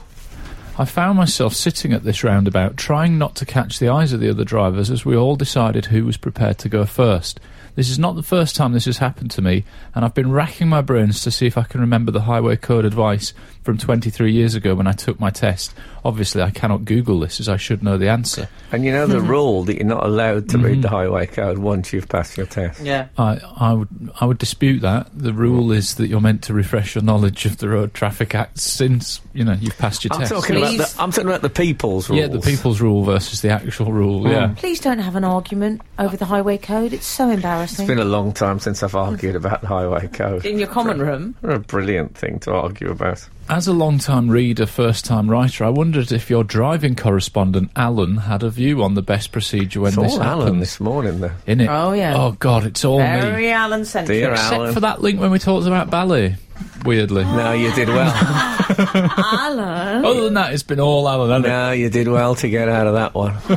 E: I found myself sitting at this roundabout, trying not to catch the eyes of the other drivers as we all decided who was prepared to go first. This is not the first time this has happened to me, and I've been racking my brains to see if I can remember the highway code advice from 23 years ago when I took my test. Obviously, I cannot Google this as I should know the answer.
C: And you know
D: Mm-hmm.
C: the rule that you're not allowed to
E: Mm-hmm.
C: read the highway code once you've passed your test.
D: Yeah.
E: I, I would I would dispute that. The rule is that you're meant to refresh your knowledge of the Road Traffic Act since you know you've passed your
C: I'm
E: test.
C: talking about
D: Please.
C: the, I'm talking about the people's rules. Hmm.
E: yeah, the people's rule versus the actual rule. Yeah.
D: Please don't have an argument over the highway code. It's so embarrassing.
C: It's been a long time since I've argued about the highway code.
D: in your common room.
C: What a brilliant thing to argue about.
E: As a long-time reader, first-time writer, I wondered if your driving correspondent Alan had a view on the best procedure when
C: It's
E: this
C: all Alan
E: happens.
C: this morning, though.
E: In it.
D: Oh, yeah.
E: Oh God, it's all me.
D: Very Alan centric.
C: Dear
E: Except
C: Alan.
E: for that link when we talked about ballet. Weirdly.
C: No, you did well.
D: Alan.
E: Other than that, it's been all Alan. Hasn't it?
C: no, you did well to get out of that one.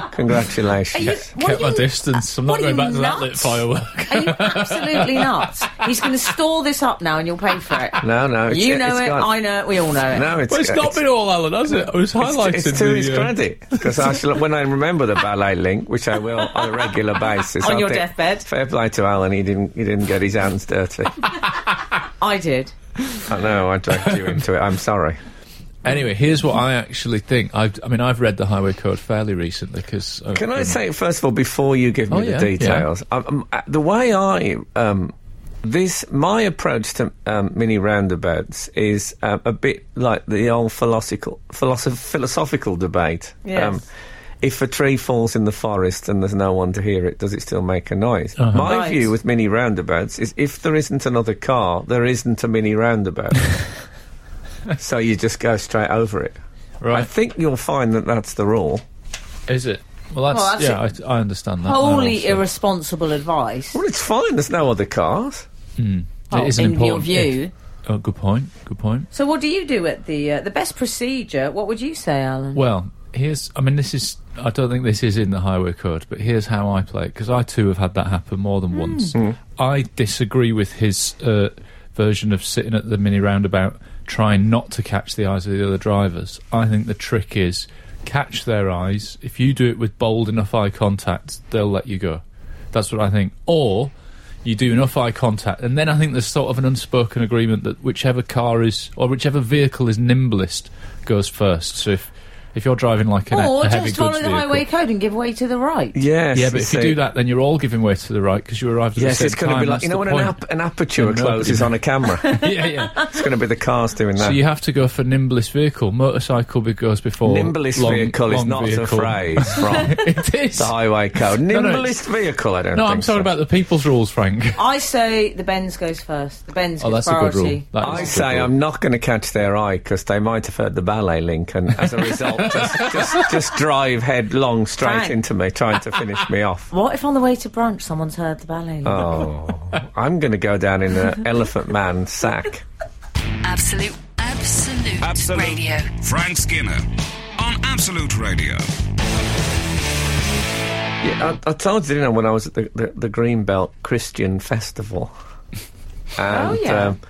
D: Are you,
C: Congratulations.
D: what
E: Kept
D: are
E: my
D: you-
E: distance. I'm not
D: what are
E: going
D: you
E: back to that lit
D: nuts?
E: firework.
D: Are you absolutely nuts? He's going to store this up now, and you'll pay for it.
C: No, no, it's,
D: you know
C: it's
D: it.
C: gone.
D: I know it. We all know it.
C: No, it's,
E: Well, it's not
C: it's-
E: been all Alan, has it? I was highlighting
C: It's, it's to
E: the,
C: his
E: uh,
C: credit because I shall, when I remember the ballet link, which I will on a regular basis.
D: On
C: I
D: your
C: think-
D: deathbed.
C: Fair play to Alan. He didn't. He didn't get his hands dirty.
D: I did.
C: I know. I dragged you into it. I'm sorry.
E: Anyway, here's what I actually think. I've, I mean, I've read the Highway Code fairly recently uh, um, because.
C: Can I say first of all before you give me
E: Hmm. Oh,
C: the
E: yeah,
C: details? Um, um, uh, the way I um, this my approach to um, mini roundabouts is um, a bit like the old philosophical philosoph- philosophical debate. Um,
D: Yes.
C: if a tree falls in the forest and there's no one to hear it, does it still make a noise?
E: Uh-huh.
C: My
D: Right.
C: view with mini roundabouts is if there isn't another car, there isn't a mini roundabout. so you just go straight over it. I
E: Right.
C: think you'll find that that's the rule.
E: Is it? Well, that's,
D: Well, that's
E: yeah. I, I understand that. now
D: Wholly
E: also.
D: irresponsible advice.
C: Well, it's fine. There's no other cars.
D: Oh,
E: It is an
D: in your
E: important
D: view.
E: if. Oh, good point. Good point.
D: So, what do you do at the uh, the best procedure? What would you say, Alan?
E: Well, here's. I mean, this is. I don't think this is in the highway code, but here's how I play it because I too have had that happen more than once. I disagree with his uh, version of sitting at the mini roundabout, trying not to catch the eyes of the other drivers. I think the trick is catch their eyes. If you do it with bold enough eye contact, they'll let you go. That's what I think. Or you do enough eye contact, and then I think there's sort of an unspoken agreement that whichever car is or whichever vehicle is nimblest goes first. So if if you're driving like an,
D: Or
E: a heavy
D: just follow
E: goods
D: the
E: vehicle,
D: highway code and give way to the right.
C: Yes.
E: yeah, but if you
C: see.
E: do that, then you're all giving way to the right because you arrived at
C: Yes,
E: the same
C: it's going to be
E: time,
C: like
E: that's
C: you know
E: the
C: when an,
E: point.
C: ap- an aperture
E: And nobody-
C: closes on a camera.
E: yeah, yeah.
C: it's going to be the cars doing that.
E: So you have to go for nimblest vehicle. Motorcycle be- goes before
C: Nimblest
E: long,
C: vehicle is
E: long
C: not
E: vehicle.
C: a phrase from
E: it is.
C: the highway code.
E: no,
C: Nimblest vehicle, I don't
E: No,
C: think
E: I'm
C: so.
E: talking about the people's rules, Frank.
D: I say the Benz goes first. The Benz
E: Oh,
D: gets
E: that's a good
D: priority.
E: rule. That is a
C: I
E: good
C: say
E: rule.
C: I'm not going to catch their eye because they might have heard the ballet link, and as a result, just, just, just drive headlong straight
D: Frank.
C: into me, trying to finish me off.
D: What if on the way to brunch someone's heard the ballet?
C: Oh, I'm going to go down in an elephant man sack.
A: Absolute, absolute,
F: Absolute.
A: radio.
F: Frank Skinner on Absolute Radio.
C: Yeah, I, I told you, didn't I, when I was at the, the, the Greenbelt Christian Festival.
E: Oh,
C: And,
D: yeah.
C: Um,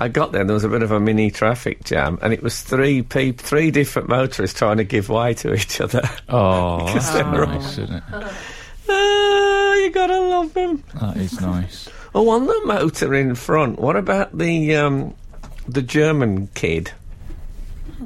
C: I got there and there was a bit of a mini traffic jam, and it was three peop three different motorists trying to give way to each other.
E: Oh, that's
C: Because they're
E: nice, isn't it?
C: Ah, you gotta love them.
E: That is nice.
C: Oh, on the motor in front, what about the um, the German kid?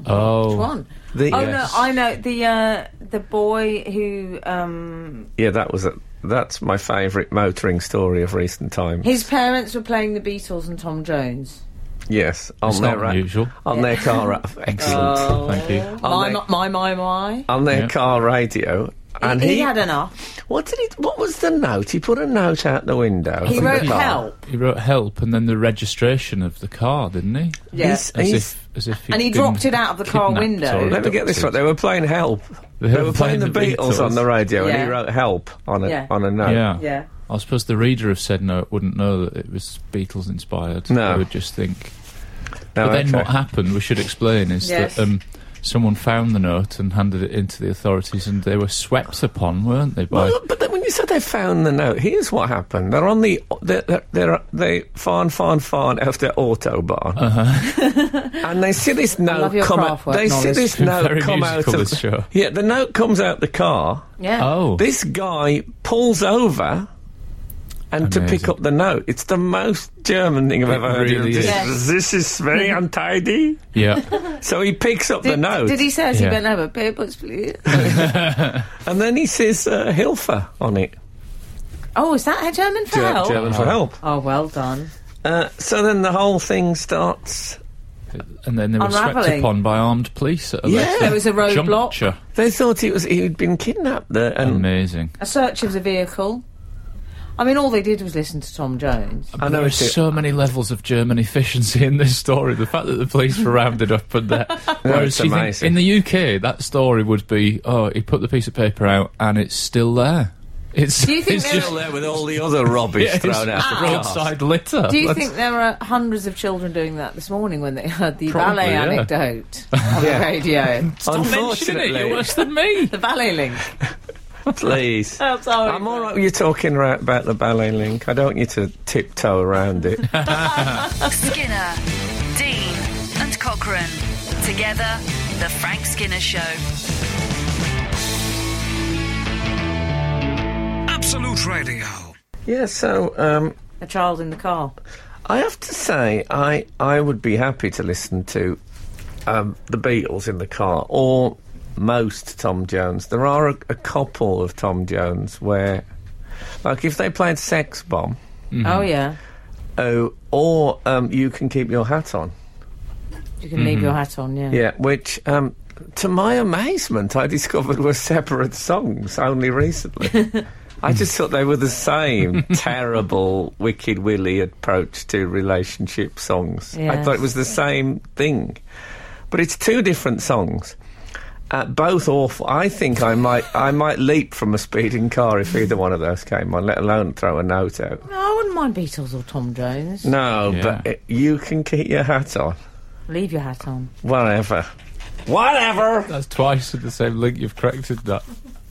E: Oh,
D: One.
C: The, uh,
D: Oh
E: Yes.
D: no, I know the uh, the boy who um,
C: Yeah, that was a, that's my favourite motoring story of recent times.
D: his parents were playing the Beatles and Tom Jones.
C: Yes, on
E: It's
C: their
E: not
C: ra-
E: unusual.
C: on their car. ra- Excellent.
D: Oh.
E: Thank you.
D: My,
C: they-
D: my my my my.
C: on their
E: Yeah.
C: car radio. And
D: he,
C: he,
D: he had enough.
C: what did he? What was the note? He put a note out the window.
D: He
C: of the
D: wrote
C: car.
D: help.
E: He wrote help and then the registration of the car, didn't he?
C: He's-
D: Yes.
E: As
C: he's-
E: if, as if
D: And he
E: he'd been
D: dropped it out of the car
E: kidnapped
D: window.
E: or
C: Let me get this right.
E: abducted.
C: They were playing help. They, were playing, the Beatles, on the radio, and he
D: Yeah.
C: wrote help on a
D: Yeah.
C: on a note.
E: Yeah.
D: Yeah.
E: I suppose the reader of said note wouldn't know that it was Beatles inspired.
C: No.
E: They would just think.
C: No,
E: but then
C: okay.
E: what happened, we should explain, is
D: Yes.
E: that um, someone found the note and handed it into the authorities and they were swept upon, weren't they? By
C: Well, but then when you said they found the note, here's what happened. They're on the they're they're, they're they farn farn farn off their autobahn, and they see this note
D: love your
C: come out.
D: craft work
C: They see
D: knowledge.
C: this note
E: Uh-huh. Very
C: come out
E: musical,
C: of
E: this show.
C: yeah. The note comes out the car.
D: Yeah.
E: Oh.
C: This guy pulls over and to pick
E: Amazing.
C: up the note. It's the most German thing I've
E: It
C: ever heard.
E: really
C: This-
E: is.
D: Yes.
C: This is very untidy.
E: yeah.
C: So he picks up the
D: Did,
C: note
D: did he say as
E: Yeah.
D: he bent over? "Papers, please."
C: and then he says uh, Hilfer on it.
D: oh, is that a German for
C: Ger-
D: help?
C: German for help.
D: Oh, well done.
C: Uh, so then the whole thing starts.
E: And then they were swept
D: Unravelling.
E: upon by armed police at a
C: Yeah.
E: later
C: There
D: was a roadblock.
E: juncture.
C: They thought he was he'd been kidnapped there, and
E: Amazing.
D: A search of the vehicle. I mean, all they did was listen to Tom Jones.
C: I know
E: there are
C: it's
E: so many levels of German efficiency in this story. The fact that the police were rounded up and that.
C: it's
E: Whereas you think-
C: amazing.
E: in the UK, that story would be, oh, he put the piece of paper out and it's still there. It's,
D: Do you think
E: it's
D: there-
E: just
C: there with all the other rubbish
E: yeah, it's
C: thrown out.
E: Ah,
C: the car.
E: roadside litter.
D: Do you
E: That's-
D: think there were hundreds of children doing that this morning when they heard the
E: Probably,
D: ballet
E: yeah.
D: anecdote on the
C: Yeah.
D: radio?
E: Don't mention it, you're
C: Unfortunately,
E: worse than me.
D: the ballet link.
C: please.
D: Oh, sorry.
C: I'm all right with you talking ra- about the ballet link. I don't want you to tiptoe around it.
A: Skinner, Dean, and Cochrane. Together, The Frank Skinner Show.
F: Absolute Radio.
C: yeah, so um,
D: A child in the car.
C: I have to say, I I would be happy to listen to um, the Beatles in the car or most Tom Jones. There are a, a couple of Tom Jones where, like, if they played Sex Bomb,
D: Oh, yeah.
C: oh, or um, you can keep your hat on.
D: You can leave your hat on, yeah.
C: Yeah, which. Um, to my amazement, I discovered were separate songs only recently. I just thought they were the same terrible Wicked Willy approach to relationship songs. I
D: Yes.
C: thought it was the same thing. But it's two different songs. Uh, both awful. I think I might I might leap from a speeding car if either one of those came on, let alone throw a note out.
D: No, I wouldn't mind Beatles or Tom Jones.
C: No,
E: Yeah.
C: but it, you can keep your hat on.
D: Leave your hat on.
C: Whatever. Whatever!
E: That's twice with the same link you've corrected that.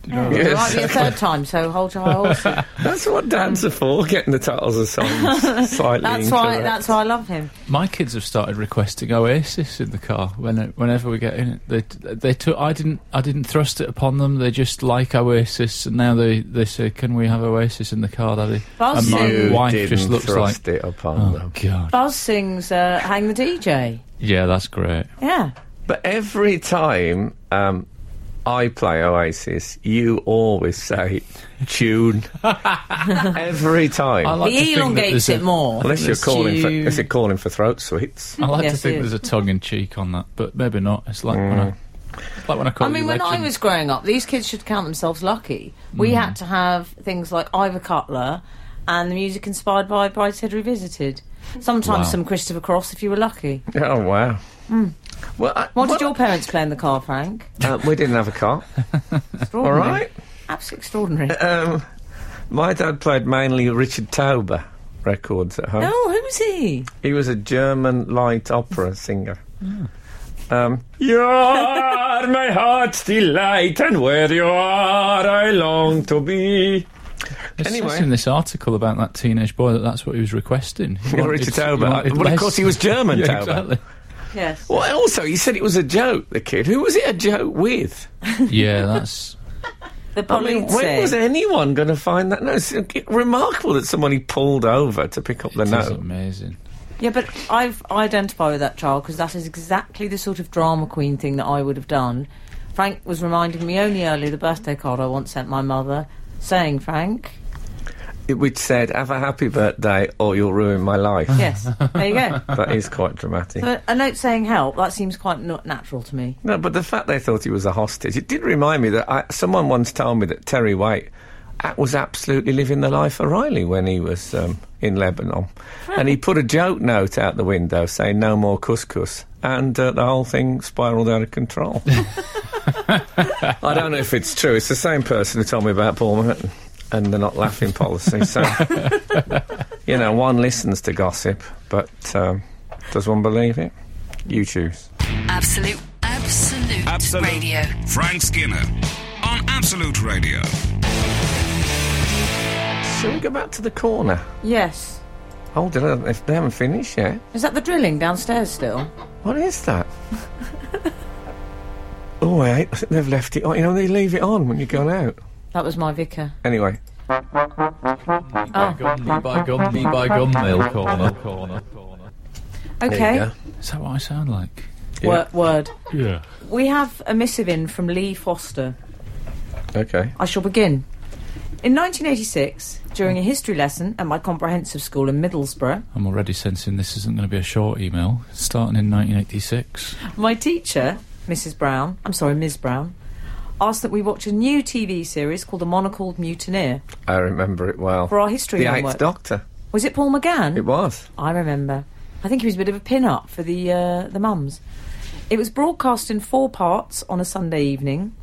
E: You know,
D: It might be a
C: Yes.
D: third time, so hold your horse.
C: That's what dads are for, getting the titles of songs slightly
D: That's why.
C: incorrect.
D: That's why I love him.
E: My kids have started requesting Oasis in the car when, whenever we get in it. They they took I didn't I didn't thrust it upon them. They just like Oasis, and now they, they say, "Can we have Oasis in the car, Daddy?"
D: Buzz
E: and my
D: You
E: wife just looks like,
C: thrust it upon
E: "Oh
C: them.
E: God,
D: Buzz sings uh, "Hang the DJ."
E: yeah, that's great."
D: Yeah,
C: But every time um, I play Oasis, you always say tune. every time.
E: I like to
D: he
E: think that
D: elongates
E: there's a-
D: it more.
C: Unless you're
E: Let's
C: calling for,
D: tune.
C: is it calling for throat sweets?
E: I like to
D: Yes,
E: think
D: it is.
E: there's a tongue in cheek on that, but maybe not. It's like when I
C: Mm.
E: it's like when I call
D: I mean,
E: you
D: when I
E: legend.
D: was growing up, these kids should count themselves lucky. We had to have things like Ivor Cutler and the music inspired by Brideshead Revisited. Sometimes
E: Wow.
D: some Christopher Cross if you were lucky.
C: Oh wow. Well, I,
D: Hmm. What did your parents play in the car, Frank?
C: uh, we didn't have a car. All
D: Extraordinary.
C: right.
D: Absolutely extraordinary.
C: Um, my dad played mainly Richard Tauber records at home.
D: oh, who's he?
C: He was a German light opera singer. Um, you are my heart's delight, and where you are, I long to be.
E: It says
C: Anyway.
E: in this article about that teenage boy that that's what he was requesting. He wanted-
C: Richard
E: he
C: Tauber.
E: wanted
C: Well, of
E: less-
C: course, he was German,
E: yeah,
C: Tauber.
E: exactly.
D: Yes.
C: Well, also, you said it was a joke, the kid. Who was it a joke with?
E: Yeah, that's
D: The
C: I mean,
D: police.
C: when was anyone going to find that? No, it's uh, remarkable that somebody pulled over to pick up the
E: that's
C: note.
E: amazing.
D: Yeah, but I've I identify with that child because that is exactly the sort of drama queen thing that I would have done. Frank was reminding me only earlier the birthday card I once sent my mother, saying, "Frank,
C: It- Which said, have a happy birthday or you'll ruin my life.
D: yes, there you go."
C: That is quite dramatic.
D: But a note saying help that seems quite not natural to me.
C: No, but the fact they thought he was a hostage, it did remind me that I, someone once told me that Terry White a- was absolutely living the life of Riley when he was um, in Lebanon. And he put a joke note out the window saying, no more couscous. And uh, the whole thing spiralled out of control. I don't know if it's true. It's the same person who told me about Paul Merton and the not laughing policy. So, you know, one listens to gossip, but um, does one believe it? You choose.
A: Absolute, absolute,
F: Absolute.
A: radio.
F: Frank Skinner on Absolute Radio.
C: Shall we go back to the corner?
D: Yes,
C: Hold on, if they haven't finished yet.
D: is that the drilling downstairs still?
C: What is that? oh, wait, they've left it on. You know, they leave it on when you've gone out.
D: That was my vicar.
C: Anyway,
E: By gum, me by gum, me by gum, nail corner, corner, corner.
D: Okay,
C: go.
E: Is that what I sound like?
D: Wor- word.
E: Yeah.
D: We have a missive in from Lee Foster.
C: okay.
D: I shall begin. In 1986, during a history lesson at my comprehensive school in Middlesbrough,
E: I'm already sensing this isn't going to be a short email. Starting in 1986.
D: my teacher, Mrs. Brown, I'm sorry, Ms. Brown, asked that we watch a new TV series called The Monocled Mutineer
C: I remember it well.
D: for our history
C: the
D: homework.
C: Eighth Doctor.
D: Was it Paul McGann?
C: It was.
D: I remember. I think he was a bit of a pin-up for the uh, the mums. It was broadcast in four parts on a Sunday evening.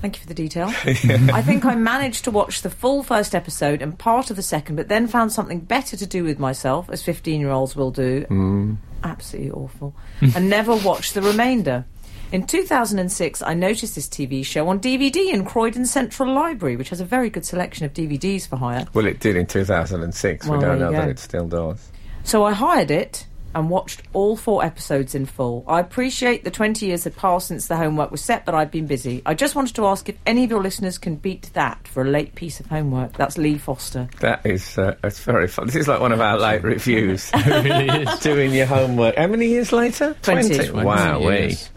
D: Thank you for the detail. I think I managed to watch the full first episode and part of the second, but then found something better to do with myself, as 15 year olds will do. Absolutely awful. and never watched the remainder. In 2006, I noticed this TV show on DVD in Croydon Central Library, which has a very good selection of DVDs for hire.
C: Well, it did in 2006.
D: Well,
C: we
D: there
C: don't
D: you
C: know
D: go.
C: that it still does.
D: So I hired it and watched all four episodes in full. I appreciate the 20 years had passed since the homework was set, but I've been busy. I just wanted to ask if any of your listeners can beat that for a late piece of homework. That's Lee Foster.
C: That is, uh, it's very fun. This is like one of our late reviews.
E: It really is.
C: Doing your homework. How many years later?
D: Twenty.
C: Wow, we.
E: Yes.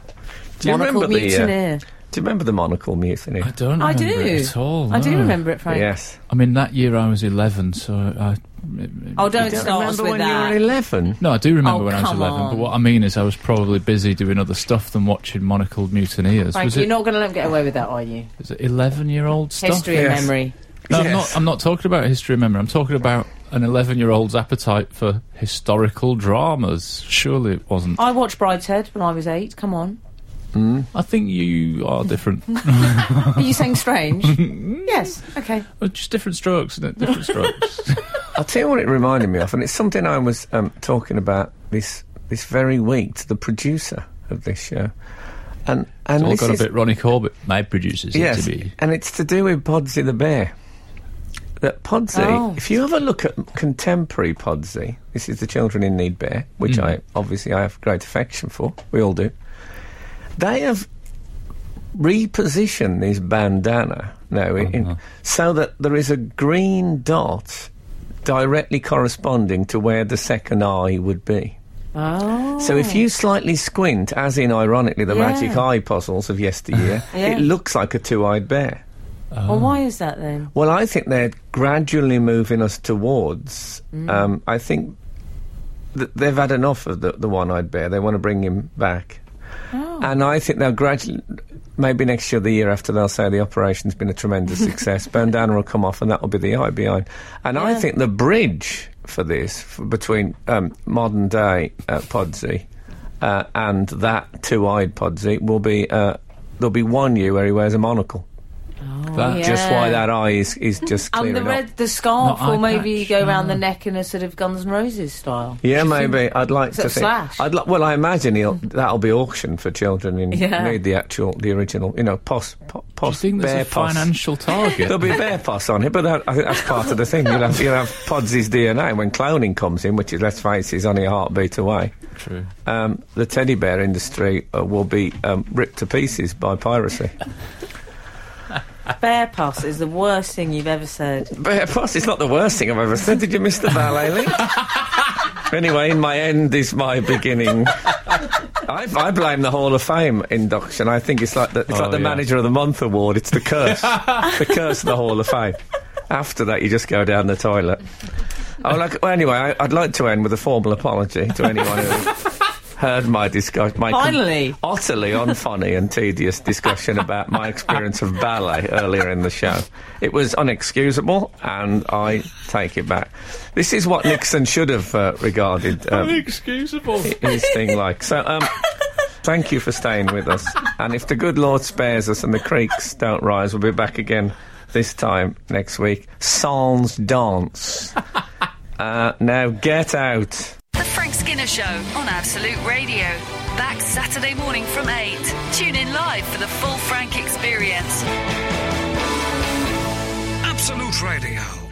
C: Do you
D: Monocle
C: remember the? Uh, do
D: mutineer.
C: you remember the monocle mutiny?
E: I don't
D: I
E: remember
D: do.
E: it at all.
D: I do
E: no.
D: remember it, Frank.
C: Yes.
E: I mean, that year I was 11, so I.
D: Oh,
C: Don't
D: don't, start us
C: remember
D: with
C: when
D: that.
C: you were 11.
E: No, I do remember
D: Oh,
E: when I was
D: come
E: 11,
D: on.
E: but what I mean is I was probably busy doing other stuff than watching Monocled Mutineers.
D: Frank,
E: was
D: you're
E: it,
D: not going to let him get away with that, are you?
E: was it 11 year old stuff?
D: History
C: Yes.
D: and memory.
E: No, I'm,
C: Yes.
E: not, I'm not talking about history and memory. I'm talking about an 11 year old's appetite for historical dramas. Surely it wasn't.
D: I watched Brideshead when I was eight. Come on.
E: I think you are different.
D: Are you saying strange? yes. Okay.
E: Well, Oh, Just different strokes, isn't it? Different strokes.
C: I'll tell you what it reminded me of, and it's something I was um, talking about this this very week to the producer of this show. And and
E: All
C: this
E: got a
C: is-
E: bit Ronnie Corbett, my producers,
C: Yes,
E: to be.
C: and it's to do with Podsy the bear. That Podsy,
D: Oh.
C: if you have a look at contemporary Podsy, this is the Children in Need bear, which
E: Hmm.
C: I obviously I have great affection for. We all do. They have repositioned this bandana now in,
E: Uh-huh.
C: in- so that there is a green dot directly corresponding to where the second eye would be.
D: Oh.
C: So if you slightly squint, as in ironically the
D: Yeah.
C: magic eye puzzles of yesteryear,
D: Yeah.
C: it looks like a two-eyed bear.
D: Well, why is that then?
C: Well, I think they're gradually moving us towards. Um, I think th- they've had enough of the, the one-eyed bear. They want to bring him back, and I think they'll gradually. Maybe next year, the year after, they'll say the operation's been a tremendous success. Bandana will come off, and that will be the eye behind. And I
D: Yeah.
C: think the bridge for this f between um, modern day uh, Podsy uh, and that two-eyed Podsy will be uh, there'll be one year where he wears a monocle Oh,
E: That-
D: yeah.
C: just why that eye is, is just
D: And
C: clearing
D: the
C: up.
D: red, the scarf
E: Not
D: will
E: eye
D: maybe
E: patch,
D: go around
E: no.
D: the neck in a sort of Guns N' Roses style.
C: Yeah, maybe. I'd like
D: Sort
C: to
D: of
C: think.
D: slash.
C: I'd li- well, I imagine he'll, that'll be auctioned for children in
D: Yeah.
C: need the actual, the original, you know, pos, po,
E: Do you
C: pos,
E: think
C: bear
E: there's a
C: pos.
E: financial
C: There'll
E: target?
C: be bear pos on it, but that, I think that's part of the thing. You'll have, you'll have Podsy's DNA when cloning comes in, which is, let's face it, is only a heartbeat away.
E: True.
C: Um, the teddy bear industry uh, will be um, ripped to pieces by piracy.
D: Bear pass is the worst thing you've ever said.
C: Bear pos is not the worst thing I've ever said. Did you miss the ballet link? anyway, in my end is my beginning. I, I blame the Hall of Fame induction. I think it's like the, it's
E: Oh,
C: like the
E: yeah.
C: Manager of the Month award. It's the curse, the curse of the Hall of Fame. After that, you just go down the toilet. Oh, like, well, anyway, I, I'd like to end with a formal apology to anyone who heard my discussion. My com-
D: Finally.
C: utterly unfunny and tedious discussion about my experience of ballet earlier in the show. It was unexcusable, and I take it back. This is what Nixon should have uh, regarded um,
E: Inexcusable.
C: his thing like. So, um, thank you for staying with us. And if the good Lord spares us and the creeks don't rise, we'll be back again this time next week. Sans dance. Uh, now get out.
A: The Frank Skinner Show on Absolute Radio. Back Saturday morning from 8. Tune in live for the full Frank experience.
F: Absolute Radio.